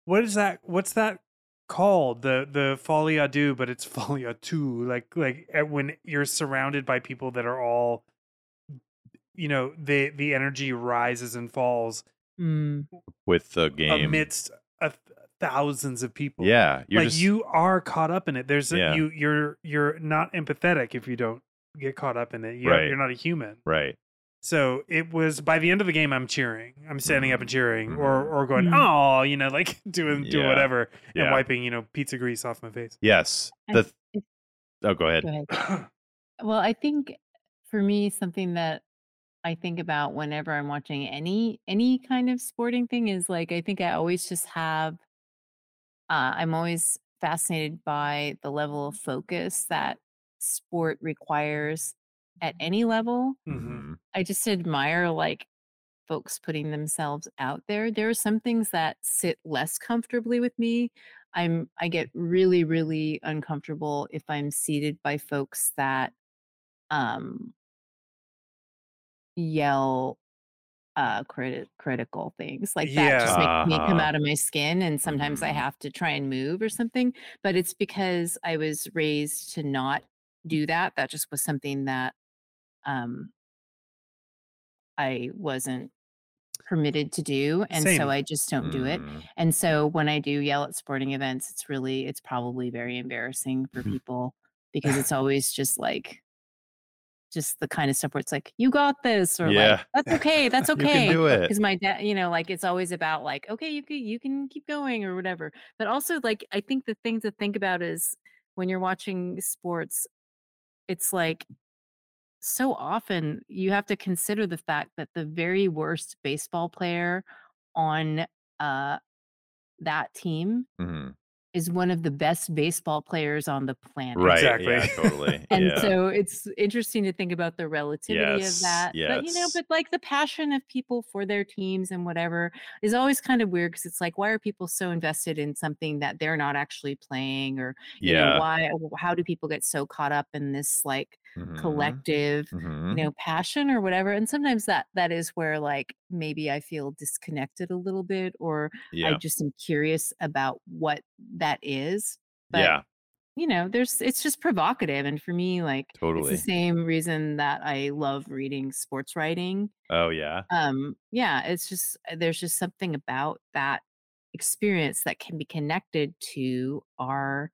A: what is that? What's that called? The the folie à deux, but it's folie à two. Like like eh, when you're surrounded by people that are all, you know, the the energy rises and falls
B: Mm.
C: With the game.
A: amidst a th- thousands of people.
C: yeah. You're
A: like
C: just,
A: you are caught up in it. There's a,
C: Yeah.
A: you you're you're not empathetic if you don't get caught up in it. You,
C: Right.
A: You're not a human.
C: right.
A: So it was by the end of the game, I'm cheering. I'm standing up and cheering, or
C: Mhm.
A: or going,
B: Mhm.
A: oh, you know, like doing doing
C: Yeah.
A: whatever, and
C: Yeah.
A: wiping you know pizza grease off my face.
C: Yes.
B: I
C: The
B: think-
C: Oh, go ahead.
B: Go ahead. Well, I think for me, something that I think about whenever I'm watching any any kind of sporting thing is like I think I always just have uh, I'm always fascinated by the level of focus that sport requires at any level.
A: Mhm.
C: Mhm.
B: I just admire like folks putting themselves out there. There are some things that sit less comfortably with me. I'm I get really really uncomfortable if I'm seated by folks that um yell uh criti- critical things like that just makes me come
C: Yeah.
B: out of my skin and sometimes I
C: Mhm.
B: have to try and move or something but it's because I was raised to not do that that just was something that um I wasn't permitted to do and
A: Same.
B: so I just don't do it
C: Mhm.
B: and so when I do yell at sporting events it's really it's probably very embarrassing for
C: Mhm.
B: people because it's always just like just the kind of stuff where it's like you got this or
C: Yeah.
B: like that's okay that's
A: You
C: You
B: okay
C: can do it.
B: because my dad you know like it's always about like okay you can you can keep going or whatever but also like i think the thing to think about is when you're watching sports it's like so often you have to consider the fact that the very worst baseball player on uh that team
C: Mhm.
B: is one of the best baseball players on the planet
C: Right.
A: Exactly.
C: Yeah, totally.
B: and
C: yeah.
B: so it's interesting to think about the relativity
C: Yes,
B: of that. But you know,
C: yes.
B: but like the passion of people for their teams and whatever is always kind of weird because it's like, why are people so invested in something that they're not actually playing? Or you
C: yeah.
B: know, why w- how do people get so caught up in this like
C: Mhm.
B: collective
A: Mm-hmm.
C: Mhm.
B: you know passion or whatever and sometimes that that is where like maybe i feel disconnected a little bit or i
C: Yeah.
B: just am curious about what that is but
C: yeah.
B: you know there's it's just provocative and for me like
C: Totally.
B: it's the same reason that i love reading sports writing
C: Oh yeah.
B: um yeah it's just uh, there's just something about that experience that can be connected to our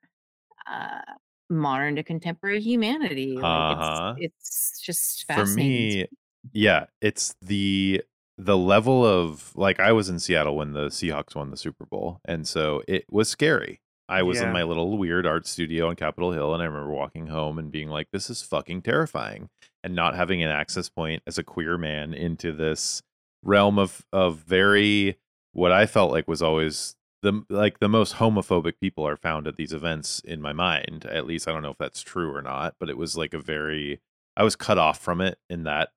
B: uh modern to contemporary humanity. Like,
C: Uh-huh.
B: it's, it's just
C: For
B: fascinating.
C: me, yeah, it's the the level of like I was in Seattle when the Seahawks won the Super Bowl, and so it was scary. I was
A: Yeah.
C: in my little weird art studio on Capitol Hill, and I remember walking home and being like, "This is fucking terrifying," and not having an access point as a queer man into this realm of of very what I felt like was always the like the most homophobic people are found at these events in my mind. At least I don't know if that's true or not, but it was like a very I was cut off from it in that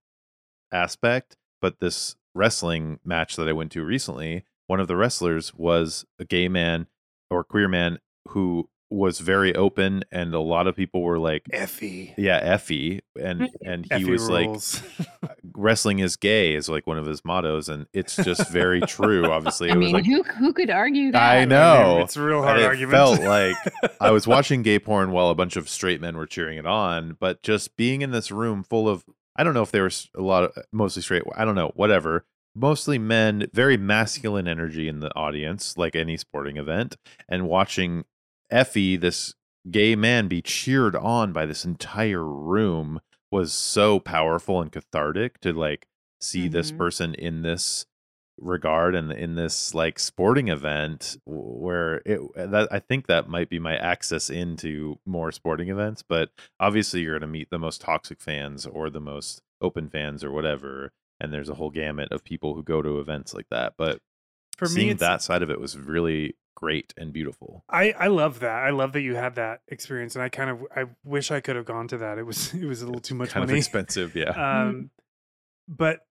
C: aspect. But this wrestling match that I went to recently, one of the wrestlers was a gay man or queer man who was very open and a lot of people were like
B: Eh
A: Effie.
C: yeah effie
B: Mm,
C: and and he
A: Effie
C: was like
A: rules.
C: wrestling is gay is like one of his mottos and it's just very true obviously
B: I
C: it was
B: mean,
C: like
B: who who could argue that?
C: I
A: I mean,
C: know.
A: it's a real
C: and
A: hard
C: it
A: argument.
C: felt like I was watching gay porn while a bunch of straight men were cheering it on, but just being in this room full of I don't know if there was a lot of mostly straight, I don't know, whatever. Mostly men, very masculine energy in the audience, like any sporting event, and watching Effie, this gay man, be cheered on by this entire room was so powerful and cathartic to like see this
B: Mhm.
A: Mm-hmm.
C: person in this regard and in this like sporting event w- where it that I think that might be my access into more sporting events but obviously you're going to meet the most toxic fans or the most open fans or whatever and there's a whole gamut of people who go to events like that but
A: For
C: seeing
A: me, it's,
C: that side of it was really great and beautiful
A: I I love that. I love that you had that experience, and I kind of I wish I could have gone to that. It was it was a little too much
C: kind
A: money.
C: of expensive yeah
A: um but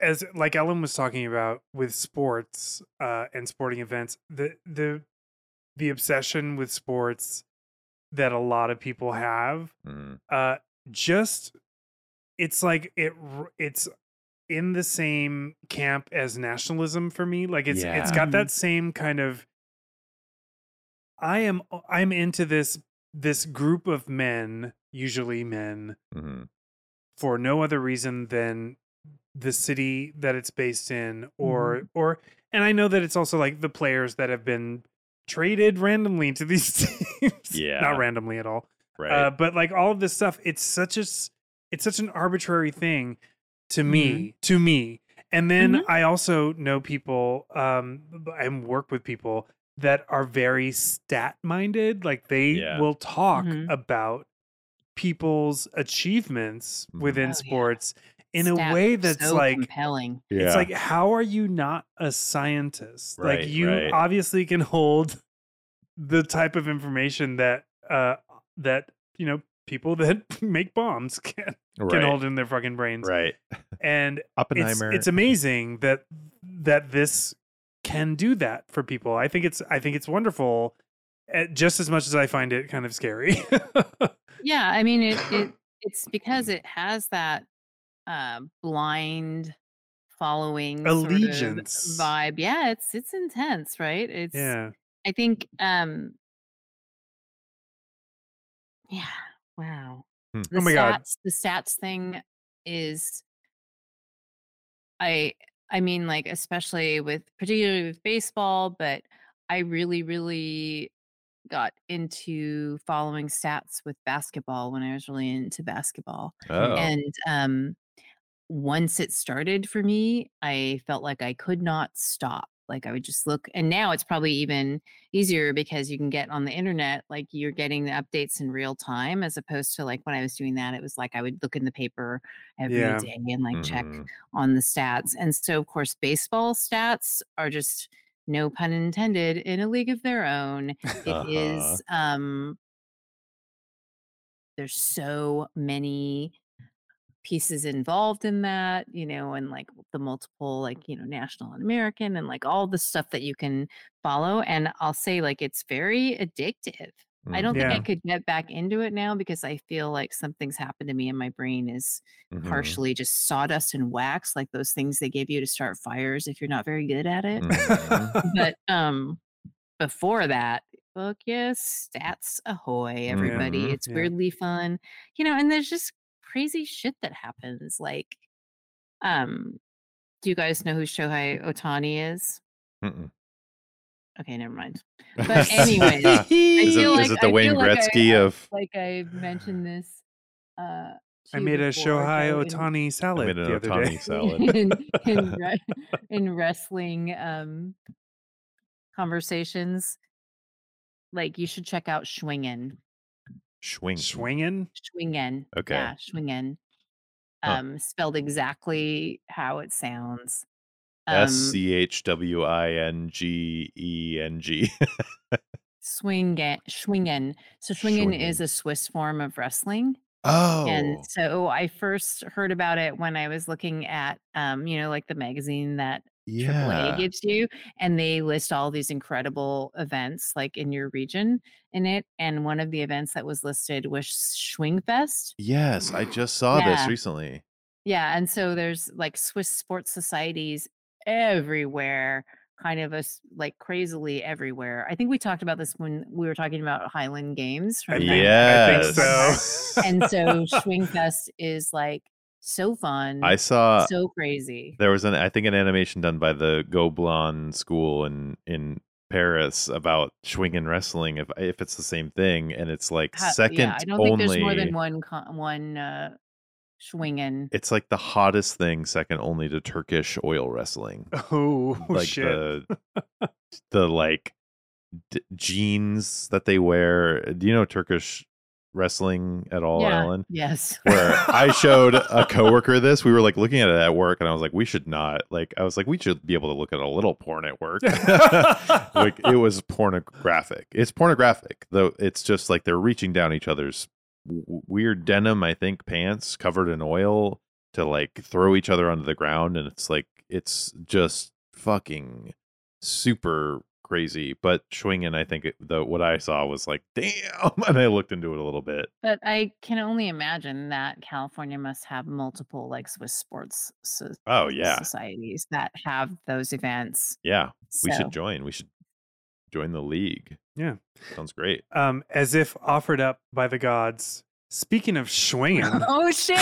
A: as like ellen was talking about with sports uh and sporting events the the the obsession with sports that a lot of people have
C: Mhm.
A: uh just it's like it r- it's in the same camp as nationalism for me like it's it's got
B: Yeah.
A: that same kind of i am uh, i'm into this this group of men usually men
C: Mhm.
A: for no other reason than the city that it's based in or or and I know that it's also like the players that have been traded randomly to these teams.
C: Yeah.
A: Not randomly at all.
C: right
A: Uh, but like all of this stuff, it's such a s- it's such an arbitrary thing to
C: Mm-hmm.
A: me, to me. And then
B: Mhm.
A: I also know people um and work with people that are very stat minded. Like they
C: Yeah. Mm-hmm.
A: will talk
B: Mhm.
A: about people's achievements
C: Mhm.
A: within
B: Oh, yeah.
A: sports in
B: Stats
A: a way
B: are
A: that's
B: so
A: like
B: compelling.
C: yeah
A: it's like how are you not a scientist?
C: Right,
A: like you
C: right.
A: obviously can hold the type of information that uh that you know people that make bombs can can
C: right
A: hold in their fucking brains.
C: right
A: And it's,
C: Oppenheimer
A: it's amazing that that this can do that for people. I think it's I think it's wonderful. eh, Just as much as I find it kind of scary.
B: Yeah, I mean it, it it's because it has that uh blind following sort of
A: Allegiance.
B: vibe. Yeah, it's it's intense, right? It's
A: yeah.
B: I think um yeah, wow.
C: Hmm.
B: The
A: Oh my
B: stats,
A: God.
B: The stats thing is I I mean like especially with particularly with baseball, but I really really got into following stats with basketball when I was really into basketball.
C: oh
B: And um, once it started for me, I felt like I could not stop. Like I would just look, and now it's probably even easier because you can get on the internet. Like you're getting the updates in real time, as opposed to like when I was doing that, it was like I would look in the paper every day
A: Yeah.
B: and like check
C: Mhm.
B: on the stats. And so, of course, baseball stats are just no pun intended in a league of their own.
C: Uh-huh.
B: It is um there's so many pieces involved in that, you know, and like the multiple like, you know, national and American and like all the stuff that you can follow and I'll say like it's very addictive.
C: Mm-hmm. Mm,
B: I don't
A: Yeah.
B: think I could get back into it now because I feel like something's happened to me and my brain is
C: Mhm.
B: partially just sawdust and wax, like those things they give you to start fires if you're not very good at it.
C: Mhm.
B: But um before that, fuck yes, stats ahoy, everybody.
C: Mhm.
B: It's
A: Yeah.
B: weirdly fun. You know, and there's just crazy shit that happens. Like,
C: Mm-hmm.
B: um, do you guys know who Shohei Otani is?
C: Mm-mm.
B: Okay, never mind. But anyways, I
C: is it, is
B: feel like-
C: it the
B: I
C: Wayne
B: feel like I-
C: Gretzky of?
B: like I mentioned this. Uh,
A: I
B: to you
A: made a
B: before,
A: Shohei
B: though, in-
A: Otani
C: I
A: salad
C: made
A: the
C: an
A: other day.
C: Otani salad.
B: in, in, re- in wrestling um, conversations. Like you should check out Schwingen.
C: Schwing.
A: Swinging.
B: Schwingen.
C: Okay.
B: Yeah, Schwingen.
C: Huh.
B: Um, Spelled exactly how it sounds.
A: um,
B: um,
C: S C H W I N G E N G.
B: Swingen. Schwingen. So Schwingen is a Swiss form of wrestling.
C: Oh.
B: And so I first heard about it when I was looking at, um, you know, like the magazine that AAA
C: yeah.
B: gives you, and they list all these incredible events like in your region in it. And one of the events that was listed was Schwingfest.
C: Yes, I just saw
B: Yeah.
C: this recently.
B: Yeah, and so there's like Swiss sports societies everywhere, kind of us like crazily everywhere. I think we talked about this when we were talking about Highland Games.
A: I
C: Uh,
B: From
A: think-
B: that-
A: I think
C: Yes.
A: so.
B: and so Schwingfest is like so fun.
C: I saw
B: so crazy.
C: there was an I think an animation done by the Gobelin school in in Paris about Schwingen wrestling if if it's the same thing and it's like
B: Ha-
C: second
B: yeah, I don't
C: only
B: think there's more than one con- one uh, Schwingen.
C: it's like the hottest thing second only to Turkish oil wrestling.
A: oh
C: like
A: shit.
C: the the like d- jeans that they wear. Do you know Turkish wrestling at all,
B: Yeah.
C: Ellen?
B: Yes.
C: where I showed a coworker this. We were like looking at it at work, and I was like, we should not. Like, I was like, we should be able to look at a little porn at work. like, it was pornographic. It's pornographic, though. It's just like they're reaching down each other's w- weird denim, I think, pants covered in oil to like throw each other onto the ground. And it's like, it's just fucking super crazy. But Schwingen, I think it, the, what I saw was like, damn. And I looked into it a little bit.
B: But I can only imagine that California must have multiple like Swiss sports so-
C: Oh, yeah.
B: societies that have those events.
C: Yeah. We
B: so
C: should join. We should join the league.
A: Yeah.
C: Sounds great.
A: um, as if offered up by the gods. Speaking of swinging.
B: Oh shit!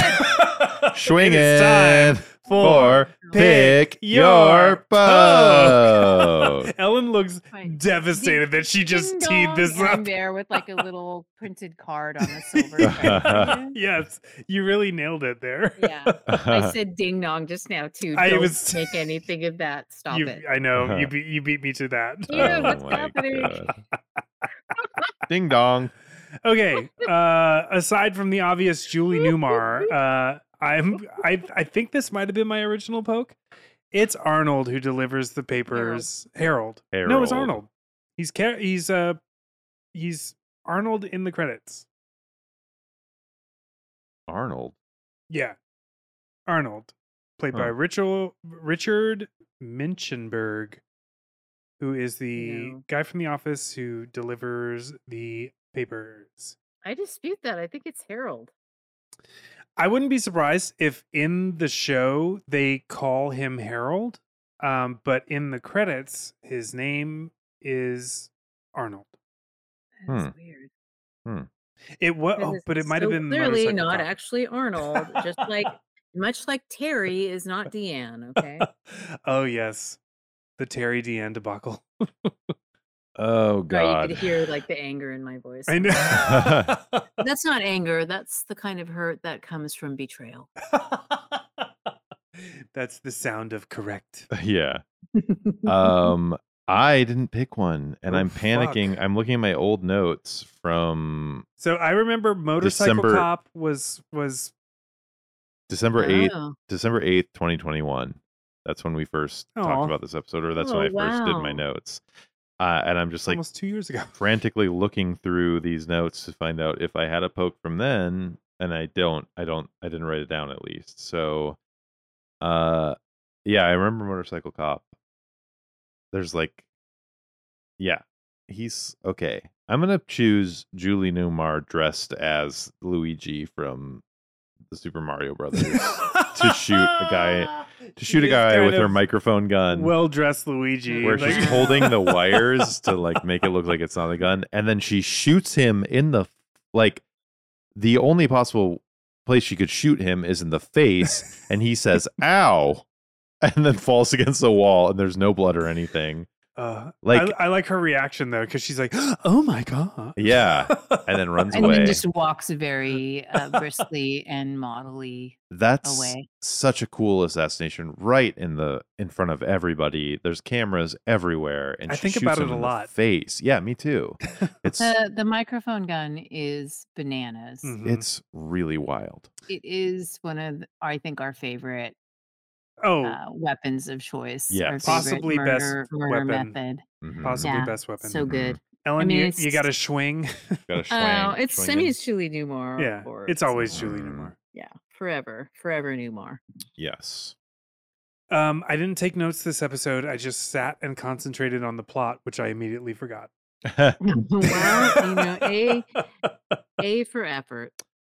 C: Swing
A: it is time
C: it for pick your bow.
A: Ellen looks
B: Wait,
A: devastated that she just teed this
B: ding-dong, I'm
A: up.
B: there with like a little printed card on a silver. tray.
A: Yes, you really nailed it there.
B: yeah. I said ding dong just now too.
A: I
B: Don't
A: was-
B: make anything of that. Stop
A: you,
B: it.
A: I know you
C: Uh-huh.
A: beat you beat me to that.
B: Yeah, what's
C: Oh my
B: happening?
C: God. Ding dong.
A: Okay. Uh, aside from the obvious Julie Newmar, uh, I'm I I think this might have been my original poke. It's Arnold who delivers the papers. Harold. No, it's
C: Harold.
A: Arnold. He's Car- he's uh he's Arnold in the credits.
C: Arnold.
A: Yeah. Arnold, played by
C: Huh.
A: Richard Richard Minchenberg, who is the
B: No.
A: guy from the office who delivers the papers.
B: I dispute that. I think it's Harold.
A: I wouldn't be surprised if in the show they call him Harold, um, but in the credits his name is Arnold. Hmm.
B: That's weird.
A: It was,
B: Because
A: oh,
B: it's
A: but it might have
B: so
A: been
B: clearly
A: Motorcycle
B: not
A: Cop.
B: actually Arnold, just like much like Terry is not Deanne. Okay,
A: oh yes, the Terry Deanne debacle.
C: Oh
B: Sorry, you
C: God.
B: could hear like the anger in my voice.
A: I know.
B: That's not anger. That's the kind of hurt that comes from betrayal.
A: That's the sound of correct.
C: yeah.
A: Uh,
C: Um I didn't pick one and
A: Oh,
C: I'm
A: fuck.
C: panicking. I'm looking at my old notes from
A: So I remember Motorcycle
C: December-
A: Cop was was
C: December 8th,
B: Oh,
C: December 8th, 2021. That's when we first
A: Aw.
C: talked about this episode, or that's
B: Oh,
C: when I first did
B: wow.
C: my notes. Uh, and I'm just like
A: almost two years ago.
C: frantically looking through these notes to find out if I had a poke from then, and I don't. I don't. I didn't write it down at least. So, uh, yeah, I remember Motorcycle Cop. There's like, yeah, he's okay. I'm gonna choose Julie Newmar dressed as Luigi from the Super Mario Brothers.
A: to
C: shoot a guy- to shoot a guy with her microphone gun
A: Well dressed Luigi.
C: where
B: like-
C: she's holding the wires to like make it look like it's not a gun and then she shoots him in the like the only possible place she could shoot him is in the face and he says ow and then falls against the wall and there's no blood or anything
A: Uh,
C: Like-
A: I, I like her reaction though, because she's like, "Oh my god!"
C: Yeah, and then runs
A: I
B: and
A: mean,
C: away.
B: then just walks very uh, briskly and modelly
C: That's
B: away.
C: such a cool assassination, right in the in front of everybody. There's cameras everywhere, and
A: I
C: she
A: think
C: shoots
A: about it
C: him
A: a
C: in the
A: lot.
C: Face, yeah, me too. It's
B: The the microphone gun is bananas.
A: Mhm.
C: it's really wild.
B: It is one of th- I think our favorite
A: oh,
B: uh, weapons of choice.
C: Yeah.
B: our favorite
A: Possibly best
B: murder, murder
A: weapon.
B: method.
C: Mhm.
A: possibly
B: yeah,
A: best weapon.
B: So good.
A: Ellen,
B: mean,
A: you,
B: it's-
A: you got a swing.
C: Got a
B: Oh,
C: schwang
B: it's
C: swinging.
B: I mean, it's Julie Newmar.
A: yeah,
B: of course,
A: it's always
B: yeah.
A: Julie
C: Mm.
A: Newmar.
B: Yeah, forever, forever Newmar.
C: Yes.
A: Um, I didn't take notes this episode. I just sat and concentrated on the plot, which I immediately forgot.
B: well, you know, a a for effort.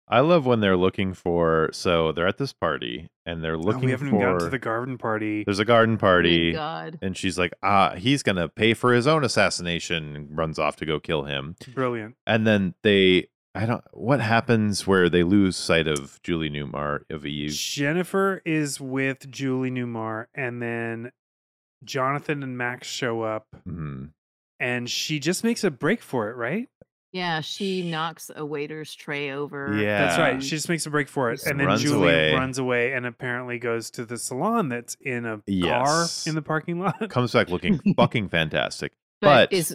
C: I love when they're looking for. So they're at this party and they're
A: Oh,
C: looking
A: we haven't
C: for.
A: even gotten to the garden party.
C: there's a garden
B: Good
C: party,
B: Oh God.
C: and she's like, "Ah, he's gonna pay for his own assassination." And runs off to go kill him,
A: Brilliant.
C: and then they. I don't. What happens where they lose sight of Julie Newmar of Eve?
A: Jennifer is with Julie Newmar, and then Jonathan and Max show up,
C: Mhm.
A: and she just makes a break for it, right?
B: Yeah, she knocks a waiter's tray over.
C: Yeah.
A: That's
B: um,
A: right. She just makes a break for it,
B: Just
A: and then
C: runs
A: Julie
C: away.
A: runs away and apparently goes to the salon that's in a
C: Yes.
A: car in the parking lot.
C: Comes back looking fucking fantastic.
B: but,
C: but-
B: is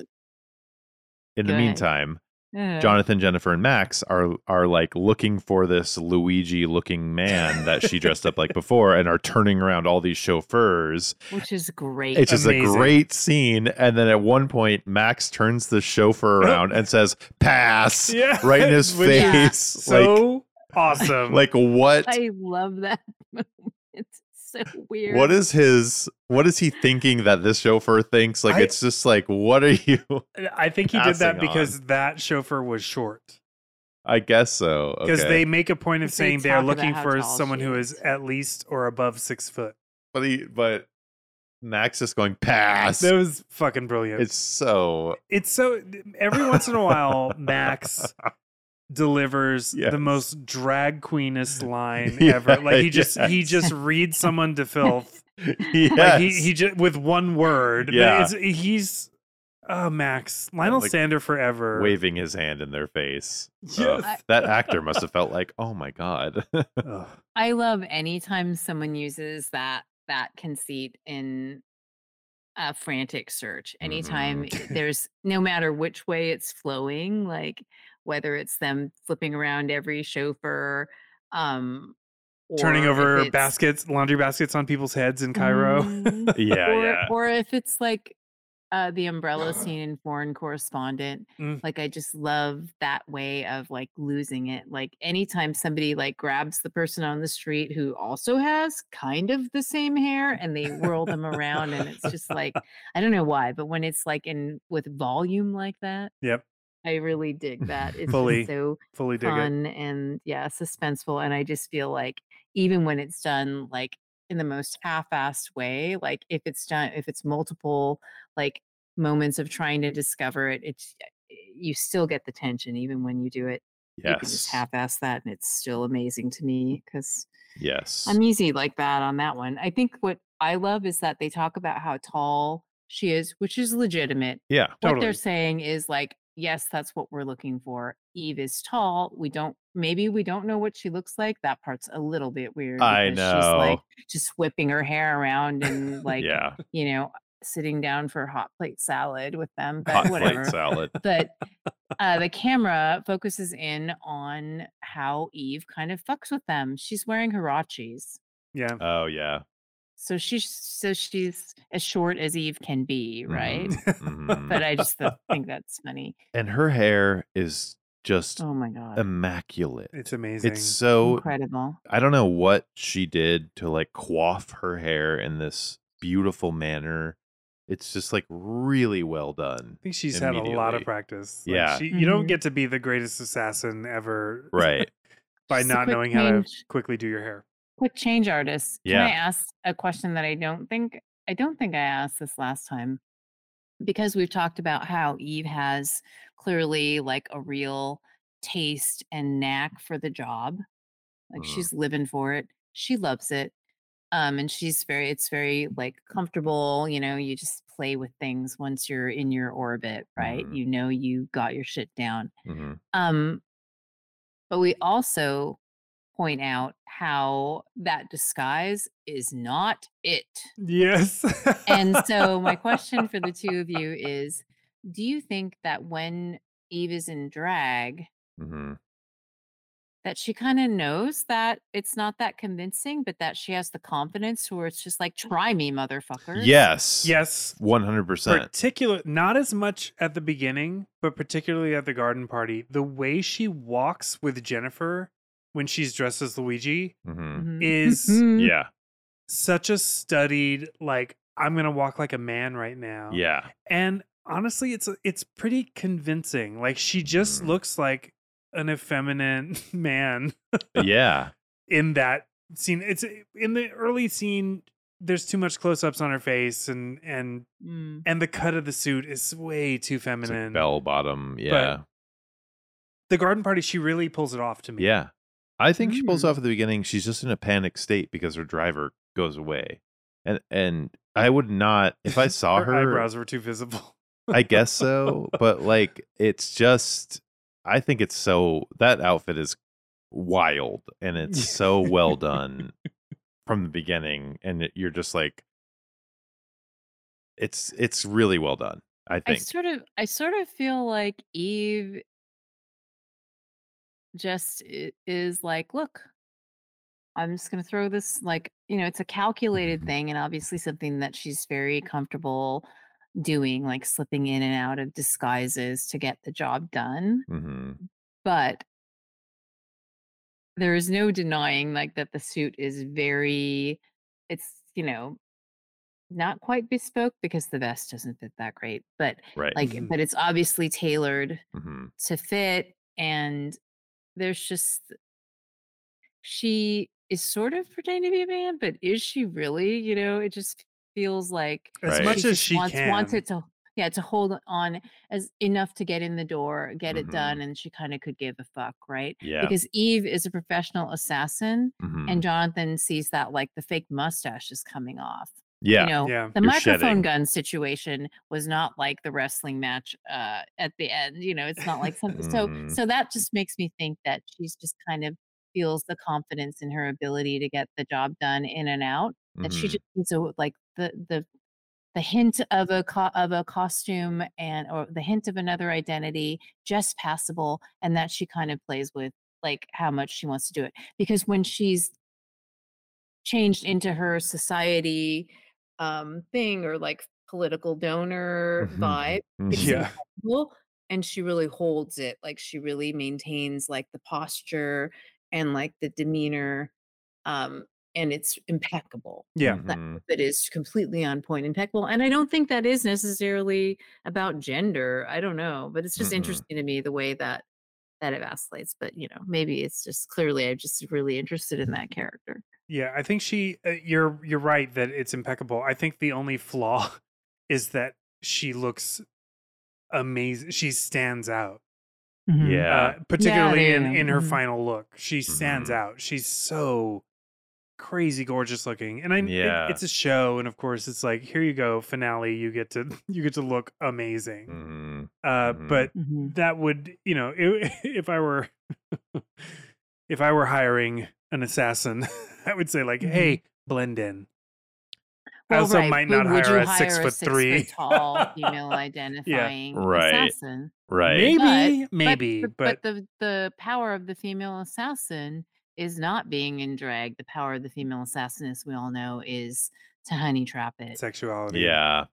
C: In the
B: Good.
C: meantime,
B: uh,
C: Jonathan, Jennifer, and Max are are like looking for this Luigi looking man that she dressed up like before, and are turning around all these chauffeurs
B: which is great.
C: It's just
A: Amazing.
C: a great scene. And then at one point, Max turns the chauffeur around and says, pass,
A: yeah,
C: right in his
A: which is
B: Yeah.
C: face. Like,
A: So awesome.
C: like what?
B: I love that moment. It's so weird.
C: What is his, what is he thinking that this chauffeur thinks? Like,
A: I-
C: it's just like, what are you?
A: I think he did that
C: passing
A: because that chauffeur was short.
C: I guess so.
A: Because
C: okay.
A: they make a point of
B: Because they
A: saying they are
B: talk about
A: looking
B: how
A: for
B: tall
A: someone
B: she
A: who
B: is.
A: is at least or above six foot.
C: but he, but Max is going, pass.
A: That was fucking brilliant.
C: It's so,
A: it's so every once in a while max delivers
C: Yes.
A: the most drag queenest line
C: Yeah,
A: ever like he just he
C: yes.
A: just reads someone to filth
C: yes.
A: like he, he just with one word
C: Yeah.
A: It's- he's oh max lionel
C: Like,
A: sander forever
C: waving his hand in their face.
A: Yes.
C: Ugh. that actor must have felt like, oh my God.
A: Ugh.
B: I love anytime someone uses that that conceit in a frantic search. Anytime
A: Mm-hmm.
B: i- there's no matter which way it's flowing, like whether it's them flipping around every chauffeur, um
A: turning
B: or if
A: over
B: it's-
A: baskets laundry baskets on people's heads in cairo
B: Mhm.
C: yeah.
B: or,
C: yeah.
B: or if it's like uh, the umbrella scene in Foreign Correspondent,
A: Mm.
B: like I just love that way of like losing it. Like anytime somebody like grabs the person on the street who also has kind of the same hair and they whirl them around, and it's just like I don't know why, but when it's like in with volume like that,
A: Yep.
B: I really dig that. It's
A: Fully.
B: just so
A: fully dig it
B: fun and yeah, suspenseful. And I just feel like even when it's done like in the most half-assed way, like if it's done, if it's multiple like moments of trying to discover it, it's eh, you still get the tension even when you do it. You can
C: Yes.
B: just half-ass that, and it's still amazing to me because
C: Yes.
B: I'm easy like that on that one. I think what I love is that they talk about how tall she is, which is legitimate
C: yeah.
B: what
A: Totally.
B: they're saying is like yes that's what we're looking for eve is tall we don't maybe we don't know what she looks like that part's a little bit weird
C: I
B: because she's like
C: know.
B: just whipping her hair around and like
C: yeah.
B: you know sitting down for hot plate salad with them but
C: Hot
B: whatever
C: plate salad.
B: but uh, the camera focuses in on how eve kind of fucks with them she's wearing hirachis
A: yeah
C: Oh yeah.
B: so she's so she's as short as eve can be right
C: Mhm.
B: but i just th- think that's funny
C: and her hair is just
B: oh my god
C: immaculate.
A: it's amazing
C: It's so
B: incredible.
C: I don't know what she did to like coif her hair in this beautiful manner. It's just like really well done.
A: I think she's had a lot
C: Immediately.
A: of practice. Like,
C: Yeah.
A: she, you don't
B: Mhm.
A: get to be the greatest assassin ever
C: Right.
A: by
B: Just a
A: not
B: quick
A: knowing how to
B: change.
A: quickly do your hair.
B: Quick change artist.
C: Yeah.
B: Can I ask a question that I don't think I don't think I asked this last time? Because we've talked about how Eve has clearly like a real taste and knack for the job. Like
C: Mhm.
A: Mm-hmm.
B: she's living for it. She loves it. um and she's very it's very like comfortable you know you just play with things once you're in your orbit right
A: Mm-hmm.
C: Mhm.
B: you know you got your shit down
C: hmm
B: um but we also point out how that disguise is not it
A: Yes.
B: and so my question for the two of you is do you think that when eve is in drag
C: hmm
B: that she kind of knows that it's not that convincing but that she has the confidence where it's just like try me motherfucker
C: Yes.
A: Yes.
C: One hundred percent.
A: Particular, not as much at the beginning, but particularly at the garden party, the way she walks with Jennifer when she's dressed as Luigi
C: hmm
B: Mhm.
A: is
C: Yeah.
A: such a studied, like I'm gonna walk like a man right now.
C: Yeah.
A: and honestly, it's it's pretty convincing. Like she just
C: Mhm.
A: looks like an effeminate man
C: Yeah.
A: in that scene. It's in the early scene. There's too much close-ups on her face, and and
B: Mm.
A: and the cut of the suit is way too
C: It's like
A: feminine.
C: bell bottom. Yeah.
A: the garden party, she really pulls it off to me.
C: Yeah. I think she pulls off at the beginning. She's just in a panic state because her driver goes away, and and I would not if I saw
A: her,
C: her.
A: eyebrows were too visible.
C: I guess so, but like it's just. I think it's so that outfit is wild and it's so well done from the beginning, and it- you're just like, it's it's really well done. I
B: i
C: think.
B: sort of i sort of feel like eve just i- is like look i'm just going to throw this like you know it's a calculated thing and obviously something that she's very comfortable doing like slipping in and out of disguises to get the job done
C: hmm
B: but there is no denying like that the suit is very it's you know not quite bespoke because the vest doesn't fit that great but
C: Right.
B: like
A: Mhm.
B: but it's obviously tailored
C: hmm
B: to fit and there's just she is sort of pretending to be a man but is she really you know it just feels like
A: As
C: Right.
A: much
B: she
A: as
B: just
A: she
B: wants,
A: can.
B: wants it to yeah to hold on as enough to get in the door get it
A: Mm-hmm.
C: Mhm.
B: done and she kind of could give a fuck right
C: Yeah.
B: because eve is a professional assassin
A: Mm-hmm.
C: Mhm.
B: and jonathan sees that like the fake mustache is coming off
C: yeah.
B: you know
A: yeah.
B: the
C: You're
B: microphone
C: shedding.
B: gun situation was not like the wrestling match uh at the end you know it's not like something
C: Mm.
B: so so that just makes me think that she's just kind of feels the confidence in her ability to get the job done in and out that she
C: Mhm.
B: just needs a like the the the hint of a co- of a costume and or the hint of another identity just passable and that she kind of plays with like how much she wants to do it because when she's changed into her society um thing or like political donor
C: Mhm.
B: vibe it's
C: Mhm.
A: Mm-hmm. Yeah.
B: impeccable, and she really holds it like she really maintains like the posture and like the demeanor um and it's impeccable
A: Yeah.
C: Mhm.
B: that is completely on point impeccable and i don't think that is necessarily about gender i don't know but it's just
C: Mm-mm.
A: Mm-hmm.
B: interesting to me the way that that it vacillates but you know maybe it's just clearly i'm just really interested in that character
A: Yeah, I think she. Uh, you're you're right that it's impeccable. I think the only flaw is that she looks amazing. She stands out,
C: Yeah.
A: uh, particularly
B: there
A: in
B: you
A: in
B: go.
A: her
B: Mhm.
A: final look. She stands
C: Mhm.
A: out. She's so crazy gorgeous looking, and I it-
C: Yeah.
A: it's a show, and of course it's like here you go finale. You get to you get to look amazing.
C: Mhm.
A: Uh,
C: Mhm.
A: but
B: Mm-hmm,
A: that would you know i if i were if i were hiring an assassin i would say like
B: Mhm.
A: hey blend in i also might
B: but
A: not
B: would
A: hire
B: you
A: a six
B: hire
A: foot three
B: foot tall female identifying
C: Right.
B: assassin
C: Right.
A: maybe
B: But-
A: maybe
B: but,
A: but,
B: but, the the power of the female assassin is not being in drag the power of the female assassin as we all know is to honey trap it
A: sexuality
C: Yeah.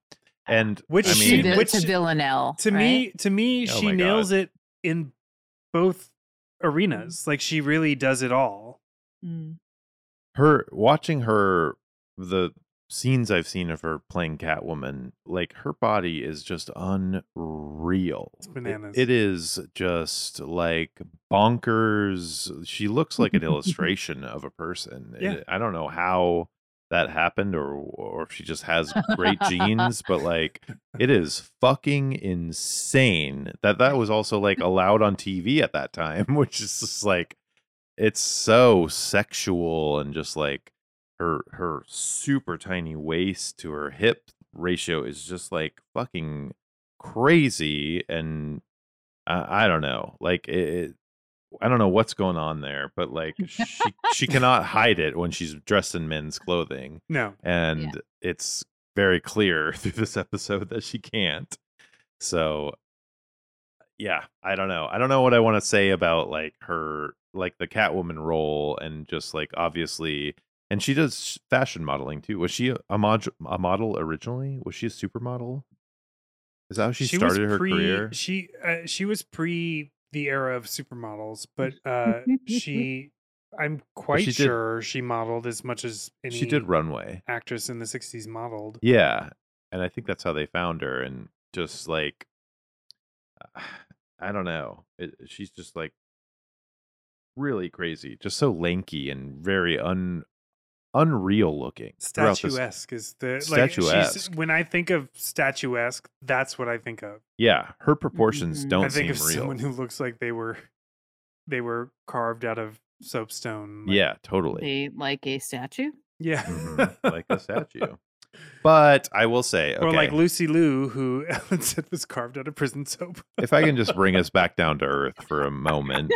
C: And
A: Which
C: I
A: she-
B: to,
C: mean,
B: vil-
A: which-
B: to villanelle
A: to
B: right?
A: me to me
C: Oh
A: she
C: my God.
A: nails it in both arenas like she really does it all
B: Mm.
C: her watching her the scenes I've seen of her playing Catwoman, like her body is just unreal. It-
A: bananas.
C: it is just like bonkers. She looks like an illustration of a person. It-
A: Yeah.
C: I don't know how that happened or or if she just has great genes, but like it is fucking insane that that was also like allowed on TV at that time, which is just like it's so sexual and just like her her super tiny waist to her hip ratio is just like fucking crazy and I, I don't know like it, it I don't know what's going on there but like she she cannot hide it when she's dressed in men's clothing
A: No.
C: and it's very clear through this episode that she can't so yeah i don't know i don't know what i want to say about like her like the catwoman role and just like obviously and she does fashion modeling too was she a, a, mod- a model originally was she a supermodel is that how she, started
A: was
C: her
A: pre,
C: career
A: She uh, she was pre the era of supermodels, but uh, she I'm quite
C: she did-
A: sure she modeled as much as any
C: she did runway
A: actress in the '60s modeled.
C: Yeah. And I think that's how they found her. And just like, I don't know. It, uh, she's just like really crazy, just so lanky and very un unreal looking. throughout this-
A: Statuesque is the like she's-
C: Statuesque.
A: when I think of statuesque, that's what I think of.
C: yeah. Her proportions
B: Mhm.
C: don't
A: Mm-hmm, I think of
C: seem real.
A: someone who looks like they were they were carved out of soapstone. like-
C: yeah, totally.
B: They like a statue.
A: yeah,
C: Mhm, like a statue. But I will say, okay,
A: Or like Lucy Liu, who Ellen said was carved out of prison soap.
C: if I can just bring us back down to earth for a moment,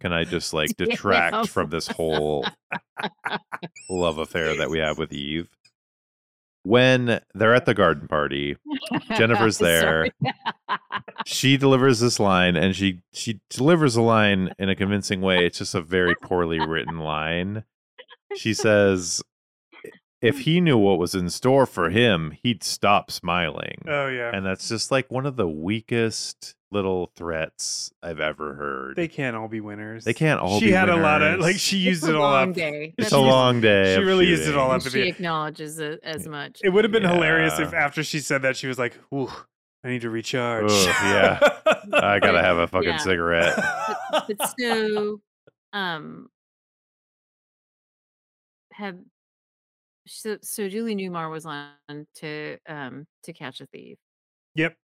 C: can I just like
B: Damn.
C: detract from this whole love affair that we have with Eve? When they're at the garden party, Jennifer's
B: Sorry.
C: she delivers this line and she she delivers a line in a convincing way. It's just a very poorly written line. She says if he knew what was in store for him, he'd stop smiling.
A: Oh yeah,
C: And that's just like one of the weakest little threats I've ever heard.
A: they can't all be winners.
C: They can't all
A: She
C: be
A: had a lot of
C: winners.
A: like she
B: It's
A: used
B: a
A: it all
B: long
A: up.
B: day.
C: It's
B: That's
C: a
B: just-
C: long day.
A: she
C: of
A: really used it all
C: shooting.
A: up.
B: She acknowledges it as much.
A: It would have been hilarious if
C: Yeah.
A: after she said that she was like, "Ooh, I need to recharge."
C: Ugh, yeah. I gotta have a fucking
B: Yeah.
C: cigarette.
B: but so um have so, so Julie Newmar was on to um to catch a thief.
A: yep,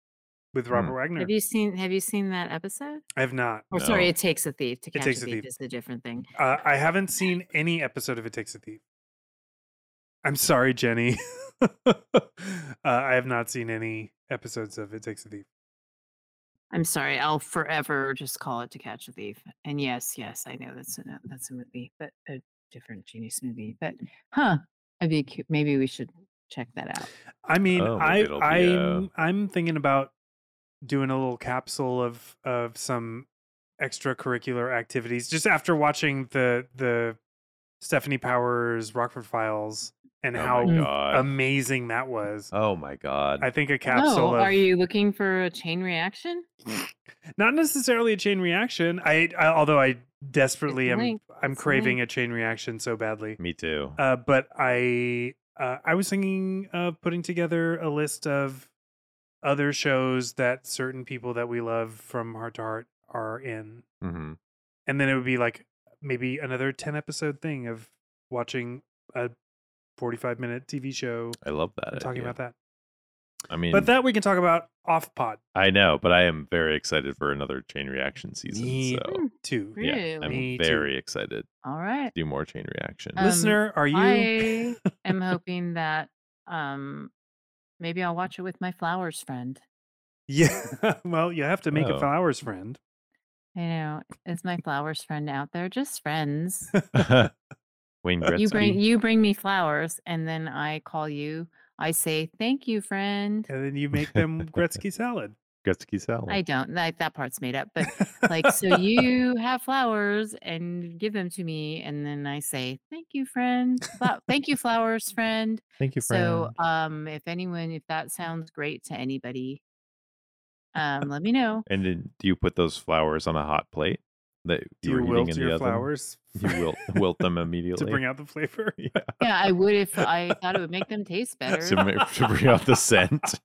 A: with
C: Hmm.
A: Robert Wagner.
B: Have you seen have you seen that episode?
A: I have not.
B: Or sorry,
C: No.
B: it takes a thief to catch
A: Takes a
B: a, thief,
A: Thief.
B: is a different thing.
A: Uh, I haven't seen any episode of It Takes a Thief. I'm sorry, Jenny. uh, I have not seen any episodes of It Takes a Thief.
B: I'm sorry, I'll forever just call it to catch a thief. And yes, yes, I know that's a that's a movie, but a different genius movie. But huh, I'd be cu- maybe we should check that out.
A: I mean,
C: Oh, maybe
A: I
C: it'll be,
A: I'm I'm thinking about doing a little capsule of of some extracurricular activities just after watching the the Stephanie Powers Rockford Files and
C: Oh
A: how
C: my
B: Mm.
C: god.
A: amazing that was.
C: oh my god.
A: I think a capsule
B: oh,
A: of
B: are you looking for a chain reaction?
A: not necessarily a chain reaction. I, I although I desperately am
B: link.
A: I'm
B: It's a
A: craving a chain reaction so badly.
C: Me too.
A: Uh, but I uh, I was thinking of putting together a list of other shows that certain people that we love from heart to heart are in,
C: hmm
A: and then it would be like maybe another ten episode thing of watching a forty five minute TV show
C: I love that.
A: and talking
C: idea.
A: about that.
C: I mean,
A: But that we can talk about off pod
C: I know, but I am very excited for another chain reaction season.
A: Me
C: so
B: Hmm,
A: too.
B: Yeah.
C: yeah, I'm
A: Me too.
C: very excited
B: All right.
C: to do more chain reaction.
B: Um,
A: Listener, are you?
B: I am hoping that um maybe I'll watch it with my flowers friend.
A: Yeah. Well, you have to make
C: Oh.
A: a flowers friend.
B: You know, is my flowers friend out there? Just friends.
C: Wayne
A: You
C: Gretzky.
B: Uh, you bring you bring me flowers and then I call you. I say thank you, friend.
A: And then you make them Gretzky salad.
C: Gretzky salad.
B: I don't like that part's made up, but like so you have flowers and give them to me and then I say thank you, friend. Fla- thank you, flowers, friend.
C: Thank you, friend.
B: So, um, if anyone, if that sounds great to anybody, um, let me know.
C: and then do you put those flowers on a hot plate that
A: Do
C: were
A: you
C: eating in
A: wilt
C: the
A: your
C: oven?
A: flowers?
C: You wilt, wilt them immediately
A: to bring out the flavor.
C: Yeah.
B: Yeah, I would if I thought it would make them taste
C: to,
B: better.
C: ma- to bring out the scent.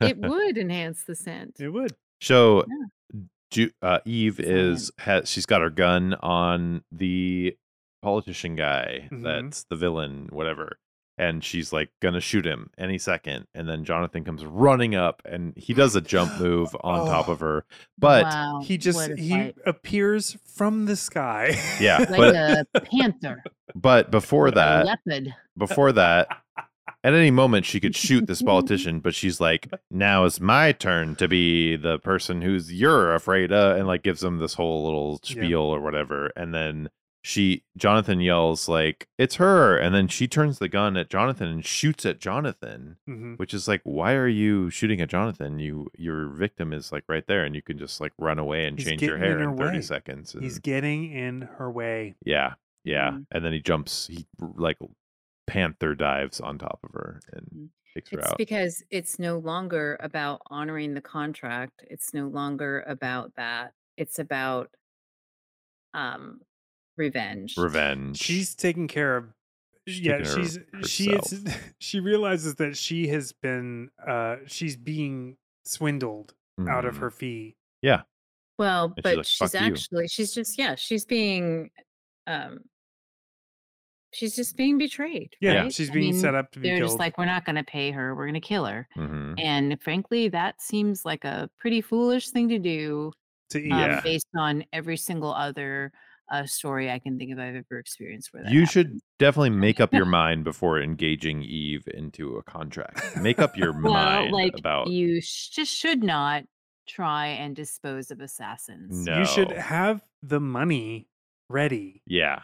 B: it would enhance the scent.
A: It would.
C: So,
B: Yeah.
C: Ju- uh, Eve
B: It's
C: is has she's got her gun on the politician guy
A: Mhm.
C: that's the villain, whatever, and she's like gonna shoot him any second and then jonathan comes running up and he does a jump move on top of
A: Oh.
C: her but
B: Wow,
A: He
B: Um, what
A: just
B: a
A: he
B: fight.
A: appears from the sky.
C: yeah
B: like
C: but
B: a panther,
C: but before
B: a
C: that
B: leopard.
C: before that at any moment she could shoot this politician but she's like now it's my turn to be the person who's you're afraid of and like gives him this whole little
A: Yeah.
C: spiel or whatever and then she jonathan yells like it's her and then she turns the gun at jonathan and shoots at jonathan
B: Mm-hmm.
A: Mhm.
C: which is like why are you shooting at jonathan you your victim is like right there and you can just like run away and
A: He's
C: change your
A: getting in
C: hair in
A: her
C: 30
A: way.
C: seconds and
A: He's getting in her way.
C: yeah yeah
A: Mm.
B: Mhm.
C: and then he jumps he like panther dives on top of her and
A: Mm.
B: Mhm.
C: takes her
B: It's
C: out
B: because it's no longer about honoring the contract. It's no longer about that. It's about um revenge.
C: revenge
A: She's taking care of.
C: She's
A: yeah,
C: taking care
A: she's she is. She realizes that she has been. uh She's being swindled out of
C: Mhm.
A: her fee.
B: Well,
C: she's
B: but
C: like,
B: she's
C: "Fuck you."
B: actually she's just yeah, she's being um she's just being betrayed.
A: Yeah,
B: right?
A: she's
B: I
A: being set
B: mean,
A: up to be
B: They're
A: killed. Mm.
B: just like, we're not gonna pay her, we're gonna kill her.
C: Mhm.
B: And frankly, that seems like a pretty foolish thing to do
A: to eat.
B: um,
C: Yeah.
B: based on every single other uh, story I can think of I've ever experienced where that
C: you
B: happened.
C: should definitely make up your mind before engaging eve into a contract make up your mind about
B: you sh- just should not try and dispose of assassins.
C: no
A: You should have the money ready.
C: yeah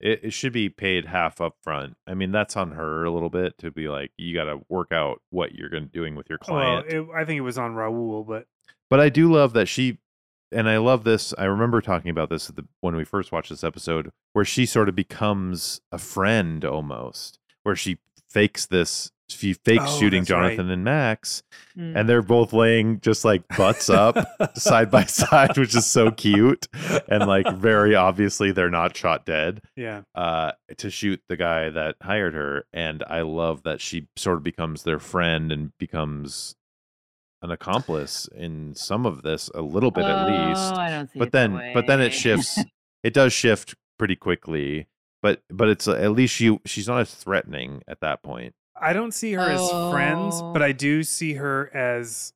C: it, it should be paid half up front i mean that's on her a little bit to be like you got to work out what you're going to doing with your client
A: Well, it, I think it was on Raul, but
C: But I do love that she, and I love this. I remember talking about this at the, when we first watched this episode, where she sort of becomes a friend almost, where she fakes this, she fakes
A: Oh,
C: shooting
A: that's right.
C: Jonathan and Max,
B: Mm.
C: and they're both laying just like butts up side by side, which is so cute. And like very obviously they're not shot dead
A: yeah,
C: uh, to shoot the guy that hired her. And I love that she sort of becomes their friend and becomes an accomplice in some of this, a little bit at least.
B: Oh, I don't see
C: But
B: it that
C: then, but then
B: way.
C: it shifts. it does shift pretty quickly. But but it's uh, at least she she's not as threatening at that point.
A: I don't see her as friends, but
B: Oh.
A: I do see her as.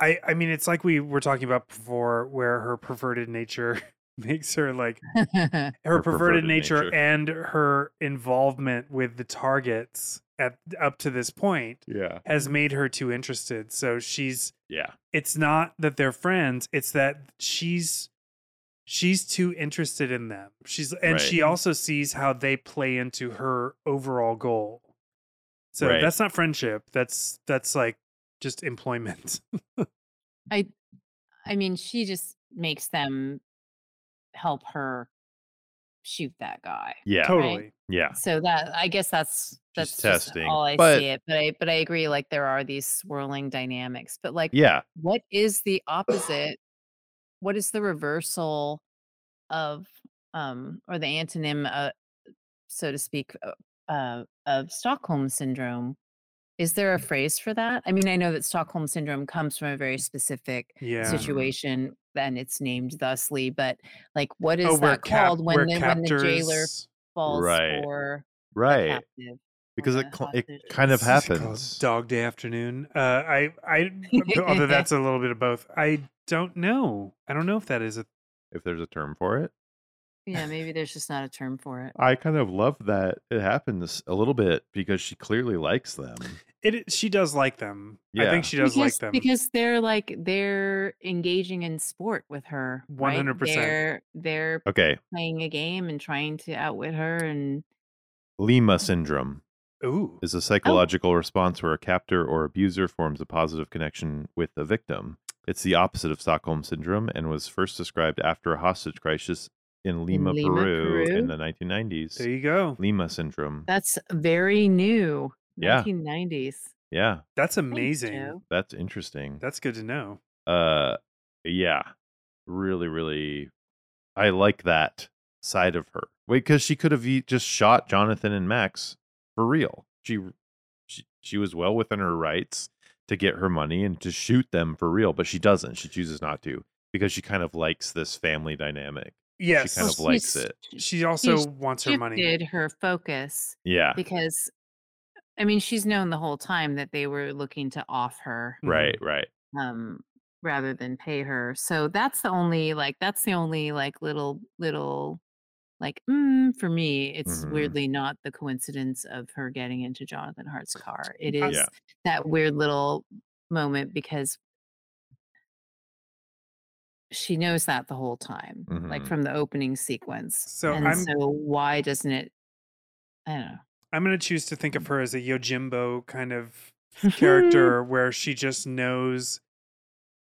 A: I I mean, it's like we were talking about before, where her perverted nature makes her like her,
C: Her
A: perverted,
C: perverted
A: nature,
C: nature.
A: and her involvement with the targets at up to this point
C: Yeah.
A: has made her too interested. So she's
C: Yeah.
A: it's not that they're friends it's that she's she's too interested in them she's and
C: Right.
A: she also sees how they play into her overall goal so
C: Right.
A: that's not friendship that's that's like just employment
B: I, I mean, she just makes them help her shoot that guy.
C: Yeah.
A: totally
C: Yeah.
B: So that I guess that's that's
C: Just
B: just
C: testing,
B: all I
C: but-
B: see it. But I but I agree. Like there are these swirling dynamics. But like
C: Yeah.
B: what is the opposite what is the reversal of um or the antonym uh, so to speak uh, uh, of stockholm syndrome is there a
C: Mm.
B: phrase for that i mean i know that stockholm syndrome comes from a very specific
A: yeah
C: Situ-
B: situation and it's named thusly but like what is
A: oh we're
B: that
A: cap-
B: called when
A: we're
B: the, when the jailer
A: captors-
B: falls
C: Right.
B: for the
C: Right.
B: captive or
C: Because it
B: the
C: cl- it
B: hostage or
C: kind of
A: This is called
C: happens.
A: dog day afternoon uh i i although that's a little bit of both i don't know i don't know if that is a
C: If there's a term for it.
B: yeah maybe there's just not a term for it
C: I kind of love that it happens a little bit because she clearly likes them.
A: it she does like them i
C: Yeah.
A: think she does
B: because,
A: like them
B: because they're like they're engaging in sport with her. right?
A: 100%.
B: They're they're
C: Okay,
B: playing a game and trying to outwit her, and
C: Lima syndrome
A: ooh
B: Oh.
C: is a psychological response where a captor or abuser forms a positive connection with the victim. It's the opposite of Stockholm syndrome and was first described after a hostage crisis in Lima,
B: Lima,
C: Peru, in
B: Peru?
C: the 1990s.
A: there you go
C: Lima syndrome.
B: that's very new.
C: Yeah.
B: 1990s.
C: yeah,
A: That's
B: Thanks,
A: amazing.
B: Joe.
C: that's interesting.
A: That's good to know.
C: uh yeah really really i like that side of her wait because she could have e- just shot jonathan and max for real she, she she was well within her rights to get her money and to shoot them for real but she doesn't she chooses not to because she kind of likes this family dynamic
A: Yes.
C: She kind of
B: Well,
C: likes
B: she's-
C: it.
A: She also
B: she's
A: wants her
B: shifted
A: money. Ah.
B: her focus
C: Yeah.
B: because, I mean, she's known the whole time that they were looking to off her
A: Mm-hmm.
C: Right, right.
B: um, rather than pay her. So that's the only like that's the only like little little like mm, for me it's
A: Mm-hmm.
C: Mhm.
B: weirdly not the coincidence of her getting into Jonathan Hart's car. It
A: Uh,
B: is
C: Yeah.
B: that weird little moment because she knows that the whole time, like
C: Mhm.
B: from the opening sequence.
A: Mm-hmm. So
B: and
A: I'm
B: so why doesn't it? I don't know.
A: I'm gonna choose to think of her as a Yojimbo kind of
B: Hmm.
A: character where she just knows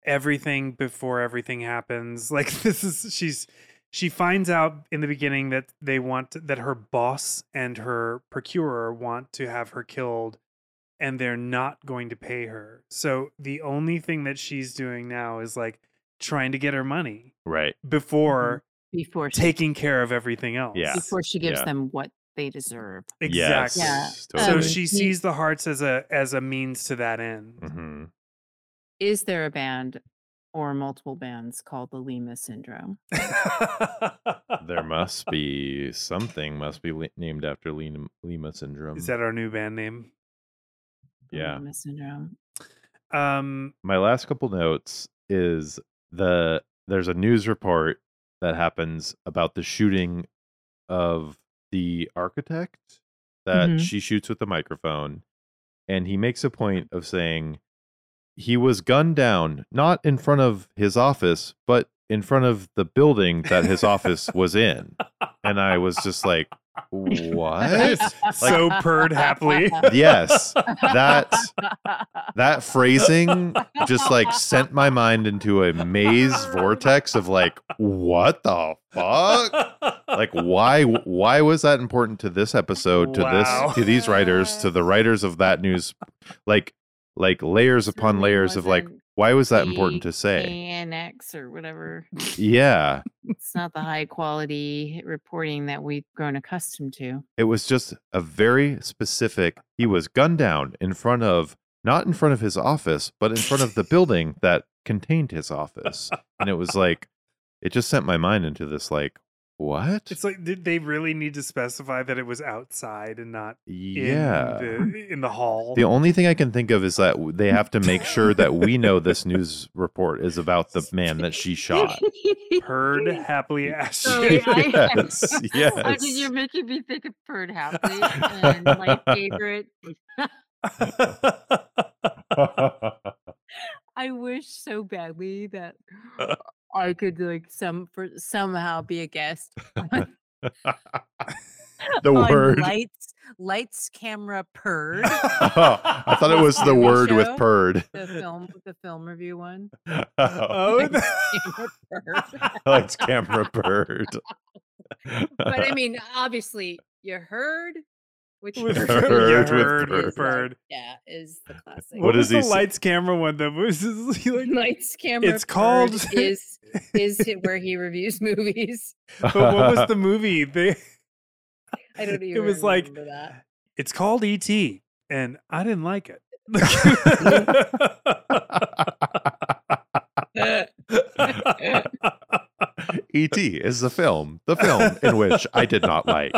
A: everything before everything happens. Like this is she's she finds out in the beginning that they want that her boss and her procurer want to have her killed and they're not going to pay her. So the only thing that she's doing now is like trying to get her money
C: Right.
A: before
B: before she,
A: taking care of everything else.
C: Yeah.
B: before she gives
C: Yeah.
B: them what they deserve.
A: Exactly.
C: Yes,
B: Yeah.
A: So
B: Um,
A: she
B: he-
A: sees the hearts as a as a means to that end.
C: hmm
B: is there a band or multiple bands called the Lima Syndrome?
C: There must be something must be li- named after Lima, Lima syndrome.
A: Is that our new band name?
B: The
C: yeah.
B: Lima Syndrome.
A: Um,
C: My last couple notes is the there's a news report that happens about the shooting of the architect that
B: Mhm.
C: she shoots with the microphone and he makes a point of saying he was gunned down not in front of his office but in front of the building that his office was in and i was just like what
A: so purred happily.
C: yes that that phrasing just like sent my mind into a maze vortex of like what the fuck like why why was that important to this episode to
A: Wow.
C: this to these writers to the writers of that news like like layers upon layers of like Mm. why was that important to say
B: Annex or whatever.
C: yeah
B: It's not the high quality reporting that we've grown accustomed to.
C: it was just a very specific he was gunned down in front of not in front of his office but in front of the building that contained his office and it was like it just sent my mind into this like what
A: It's like did they really need to specify that it was outside and not in
C: yeah
A: the, in the hall?
C: The only thing I can think of is that w- they have to make sure that we know this news report is about the man that she shot.
A: purred happily as
B: Sorry,
A: she.
B: I-
C: yes,
B: I
C: yes.
B: mean, you're making me think of Perd Hapley and my favorite. I wish so badly that
C: Uh.
B: I could like some for somehow be a guest.
C: the
B: on
C: Oh, word.
B: lights, lights, camera, purred.
C: Oh, I thought it was the
B: Camera
C: word with
B: show?
C: purred.
B: The film, the film review one.
A: Oh,
B: Camera, purred.
C: That's camera bird.
B: but I mean, obviously, you heard. Which
A: with
B: you
C: Purred
A: purred, purred,
C: with
B: is, like,
A: with purred.
B: Yeah, is the classic.
C: What
A: What
C: does
A: is
C: he
A: the
C: say?
A: lights camera one that was just like
B: Lights, camera.
A: It's called-
B: Purred is is it where he reviews movies.
A: but what was the movie? They
B: I don't even.
A: It was like
B: remember that.
A: it's called E.T. and I didn't like it.
C: E.T. E is the film, the film in which I did not like.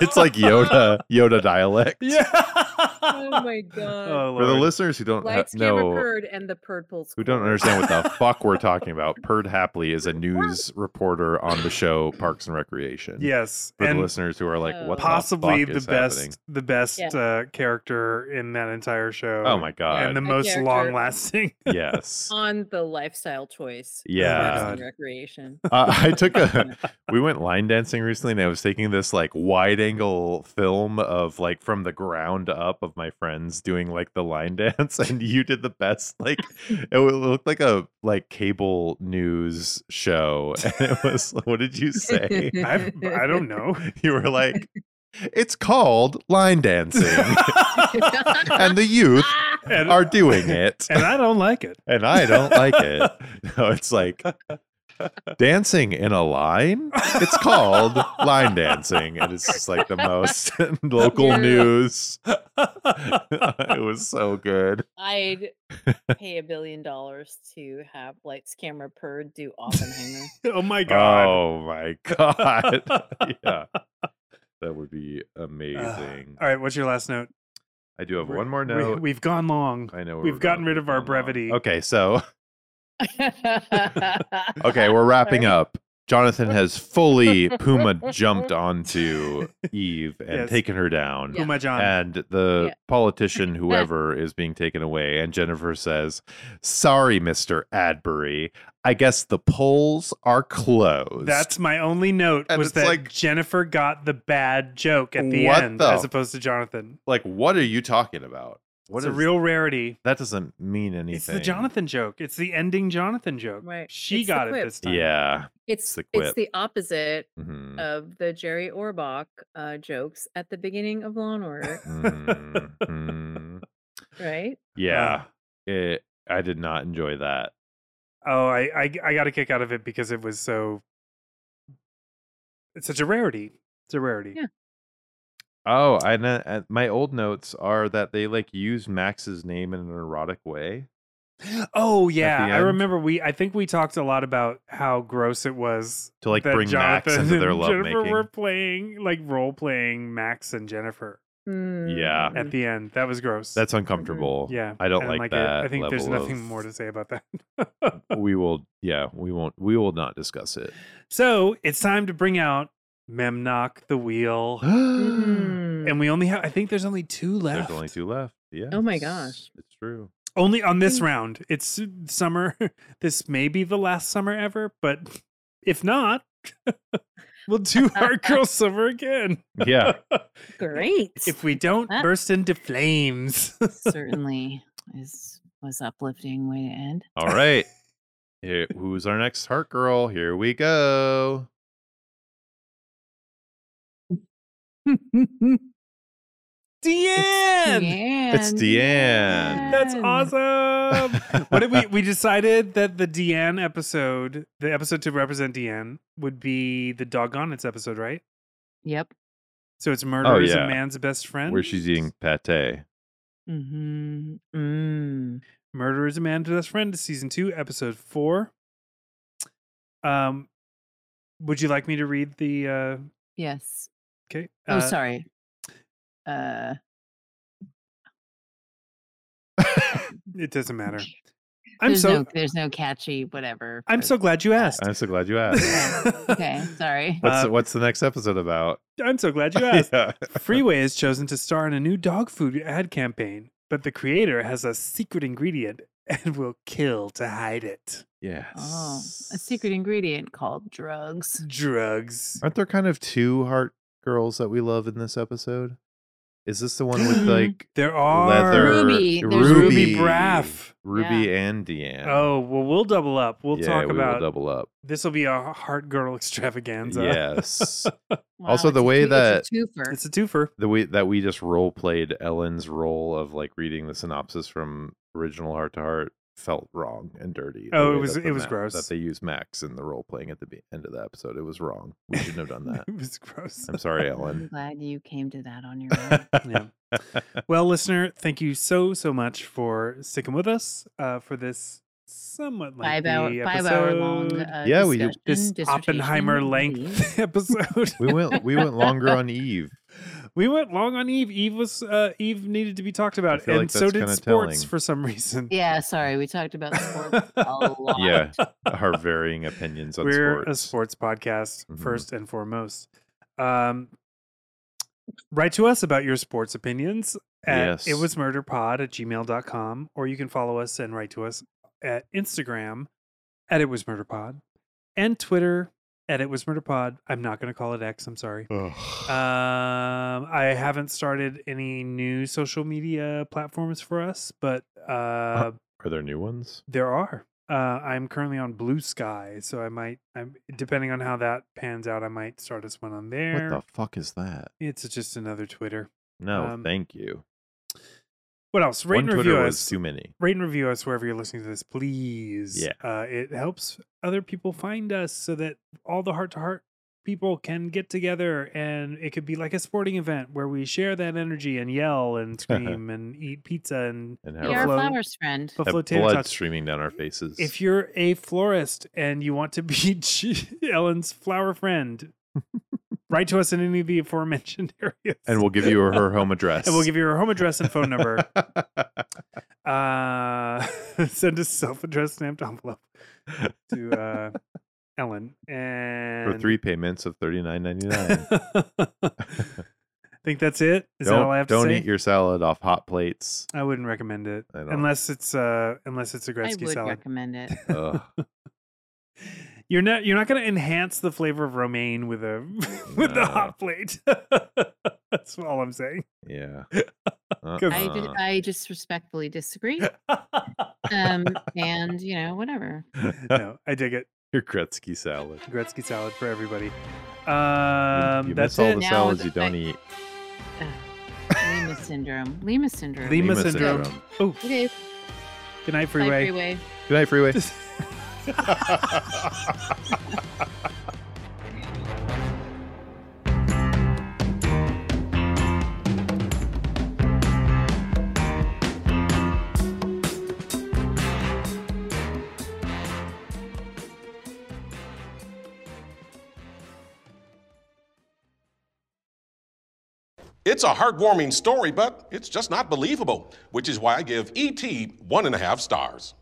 C: it's like Yoda, Yoda dialect.
A: Yeah.
B: Oh my god.
A: Oh,
C: For the
A: Lord.
C: listeners who don't ha-
B: Lights, camera,
C: know,
B: purred, and the purred pulls.
C: who uh, don't understand what the fuck we're talking about, Perd Hapley is a news reporter on the show Parks and Recreation.
A: Yes,
C: For the
A: and
C: listeners who are like, what the
A: possibly
C: fuck
A: the
C: is
A: best,
C: happening?
A: the best
B: Yeah.
A: uh, character in that entire show.
C: Oh my god!
A: And the
B: A
A: most
B: character.
A: long-lasting.
C: yes.
B: on the lifestyle choice. of
C: Yeah.
B: Parks and
A: God.
B: Recreation.
C: uh, I took a. We went line dancing recently, and I was taking this like wide angle film of like from the ground up of my friends doing like the line dance, and you did the best. Like it wa- looked like a like cable news show, and it was. What did you say?
A: I've, I don't know.
C: You were like, "It's called line dancing, and the youth
B: Ah!
A: and,
C: are doing it."
A: and I don't like it.
C: and I don't like it. No, it's like dancing in a line. It's called line dancing, and it's just like the most local
B: Yeah.
C: news.
A: Oh
C: it was so good.
D: I'd pay a billion dollars to have lights, camera, per do Oppenheimer.
A: oh my god.
C: Oh my god! yeah, that would be amazing.
A: All right, what's your last note?
C: I do have
A: We're-
C: one more
A: Uh, we-
C: note.
A: we've gone long.
C: I know we're
A: we've
C: going-
A: gotten rid of
C: we're
A: our
C: going long.
A: brevity.
C: Okay, so okay, we're wrapping up. Jonathan has fully Puma jumped onto Eve and
A: Yes.
C: taken her down.
A: Uma John.
C: And the
D: Yeah.
C: politician, whoever, is being taken away. And Jennifer says, Sorry, Mr. Adbury. I guess the polls are closed.
A: That's my only note
C: And
A: was
C: it's
A: that
C: like-
A: Jennifer got the bad joke at the
C: What
A: end
C: the-
A: as opposed to Jonathan.
C: like, what are you talking about? What
A: it's
C: is
A: a real rarity.
C: That doesn't mean anything.
A: It's the Jonathan joke. It's the ending Jonathan joke.
B: Right.
A: She
B: It's the
A: got it
B: quip.
A: this time.
C: Yeah.
B: It's
C: the
B: it's
C: quip.
B: the opposite
C: Mhm.
B: of the Jerry Orbach uh, jokes at the beginning of Law and Order,
C: Mhm. Mhm.
B: right?
C: Yeah. It, I did not enjoy that.
A: Oh, I, I I got a kick out of it because it was so. It's such a rarity. It's a rarity.
B: Yeah.
C: Oh, I know. uh, My old notes are that they like use Max's name in an erotic way.
A: Oh yeah,
C: the
A: I
C: end.
A: remember we. I think we talked a lot about how gross it was
C: To, like,
A: that
C: bring Max
A: Jonathan
C: into their
A: and Jennifer
C: lovemaking.
A: were playing like role playing Max and Jennifer
C: Yeah.
B: Mm. Mm-hmm.
A: at the end. That was gross.
C: That's uncomfortable.
A: yeah.
C: I don't like, that.
A: It. I think there's
C: level
A: nothing
C: of-
A: more to say about that.
C: we will. Yeah, we won't. We will not discuss it.
A: so it's time to bring out Memnock the wheel,
B: Mm.
A: and we only have. I think there's only two left.
C: There's only two left. Yeah.
B: Oh my gosh.
C: It's true.
A: Only on this
B: Think-
A: round. It's summer. this may be the last summer ever, but if not, we'll do our girl summer again.
C: Yeah.
D: Great.
A: If we don't
D: That-
A: burst into flames.
D: Certainly is was uplifting way to end.
C: All right. Here, who's our next heart girl? Here we go.
A: Deanne!
D: It's
C: Deanne.
A: That's awesome. Um, what did we we decided that the Deanne episode, the episode to represent Deanne, would be the doggone it's episode, right?
D: Yep.
A: So it's murder is
C: Oh, yeah.
A: a man's best friend.
C: Where she's eating pate.
D: Mm-hmm. Mm.
A: Murder is a Man's Best Friend, season two, episode four. Um, would you like me to read the? Uh,
D: Yes.
A: okay.
D: Oh,
A: uh,
D: sorry. Uh,
A: It doesn't matter. I'm
D: there's
A: so
D: no, there's no catchy whatever.
A: I'm
D: for-
A: so glad you asked.
C: I'm so glad you asked.
D: okay. Sorry.
C: What's
A: Uh,
C: the, what's the next episode about?
A: I'm so glad you asked.
C: Yeah.
A: Freeway has chosen to star in a new dog food ad campaign, but the creator has a secret ingredient and will kill to hide it.
C: Yes.
D: Oh, a secret ingredient called drugs.
A: Drugs.
C: Aren't there kind of two heart girls that we love in this episode? Is this the one with like
A: There are
C: leather
D: Ruby. There's
A: Ruby Braff.
C: Ruby and Deanne?
A: Oh well, we'll double up. We'll
C: Yeah,
A: talk
C: we
A: about uh,
C: will double up.
A: this. Will be a heart girl extravaganza.
C: Yes,
D: Wow,
C: Also,
D: it's
C: the
D: a
C: way
D: two-
C: that-
D: it's a twofer.
A: It's a twofer.
C: the way that we just role played Ellen's role of like reading the synopsis from original Heart to Heart felt wrong and dirty. the
A: Oh, it
C: way
A: was-
C: that the
A: it was
C: ma-
A: gross.
C: that they used Max in the role playing at the be- end of the episode. It was wrong. We shouldn't have done that.
A: it was gross.
C: I'm sorry,
D: I'm
C: Ellen.
D: glad you came to that on your own.
A: Yeah. Well, listener, thank you so so much for sticking with us uh, for this somewhat
D: five
A: lengthy
D: hour, five hour long.
A: episode.
D: Uh,
C: Yeah, we do.
D: discussion,
A: this
D: dissertation,
A: Oppenheimer
D: indeed.
A: length episode.
C: we went we went longer on Eve.
A: we went long on Eve. Eve was uh, Eve needed to be talked about,
C: feel
A: and
C: like
A: so
C: that's
A: did
C: kinda
A: sports
C: telling.
A: for some reason.
D: Yeah, sorry, we talked about sports a lot.
C: Yeah, our varying opinions on
A: We're
C: sports.
A: a sports podcast
C: Mhm.
A: first and foremost. Um, write to us about your sports opinions at
C: Yes.
A: it was murderpod at gmail.com or you can follow us and write to us at Instagram at it was murderpod and Twitter at it was murderpod. I'm not going to call it X. I'm sorry. Uh, Um, I haven't started any new social media platforms for us, but uh,
C: Are there new ones?
A: there are. Uh, I'm currently on Blue Sky, so I might. I'm depending on how that pans out. I might start us one on there.
C: What the fuck is that?
A: it's just another Twitter.
C: No,
A: Um,
C: thank you.
A: What else? Rate
C: One
A: and
C: Twitter
A: review
C: was
A: us.
C: too many.
A: Rate and review us wherever you're listening to this, please.
C: Yeah.
A: Uh, it helps other people find us so that all the heart to heart people can get together and it could be like a sporting event where we share that energy and yell and scream and eat pizza and
C: And
B: Be
C: have,
B: our
A: Hello.
B: flowers friend.
C: have
A: buffalo tater
C: blood
A: tots.
C: streaming down our faces.
A: If you're a florist and you want to be G- Ellen's flower friend, write to us in any of the aforementioned areas.
C: and we'll give you her home address.
A: and we'll give you her home address and phone number.
C: number.
A: Uh, send a self-addressed stamped envelope to uh, Ellen. And
C: for three payments of thirty nine ninety nine.
A: think that's it. Is that all I
C: Don't
A: have
C: don't
A: to say?
C: eat your salad off hot plates.
A: I wouldn't recommend it
C: I don't.
A: unless it's uh, unless it's a
B: I
A: Gretzky
B: would
A: salad.
B: recommend it.
C: Ugh.
A: You're not you're not going to enhance the flavor of romaine with a with
C: No.
A: a hot plate. That's all I'm saying.
C: yeah.
B: I, did,
C: Uh-uh.
B: I just respectfully disagree. Um, and you know, whatever.
A: no, I dig it.
C: your Gretzky salad.
A: Gretzky salad for everybody.
C: You-
A: Um,
C: you
A: that's
C: miss all
A: it.
C: the
B: Now
C: salads
B: that
C: you don't
B: I-
C: eat.
B: Lima syndrome. Lima syndrome.
A: Lima syndrome. Oh,
B: It is.
A: good night,
B: Bye,
A: freeway.
B: freeway.
C: Good night, freeway.
E: It's a heartwarming story, but it's just not believable, which is why I give E.T. E one and a half stars.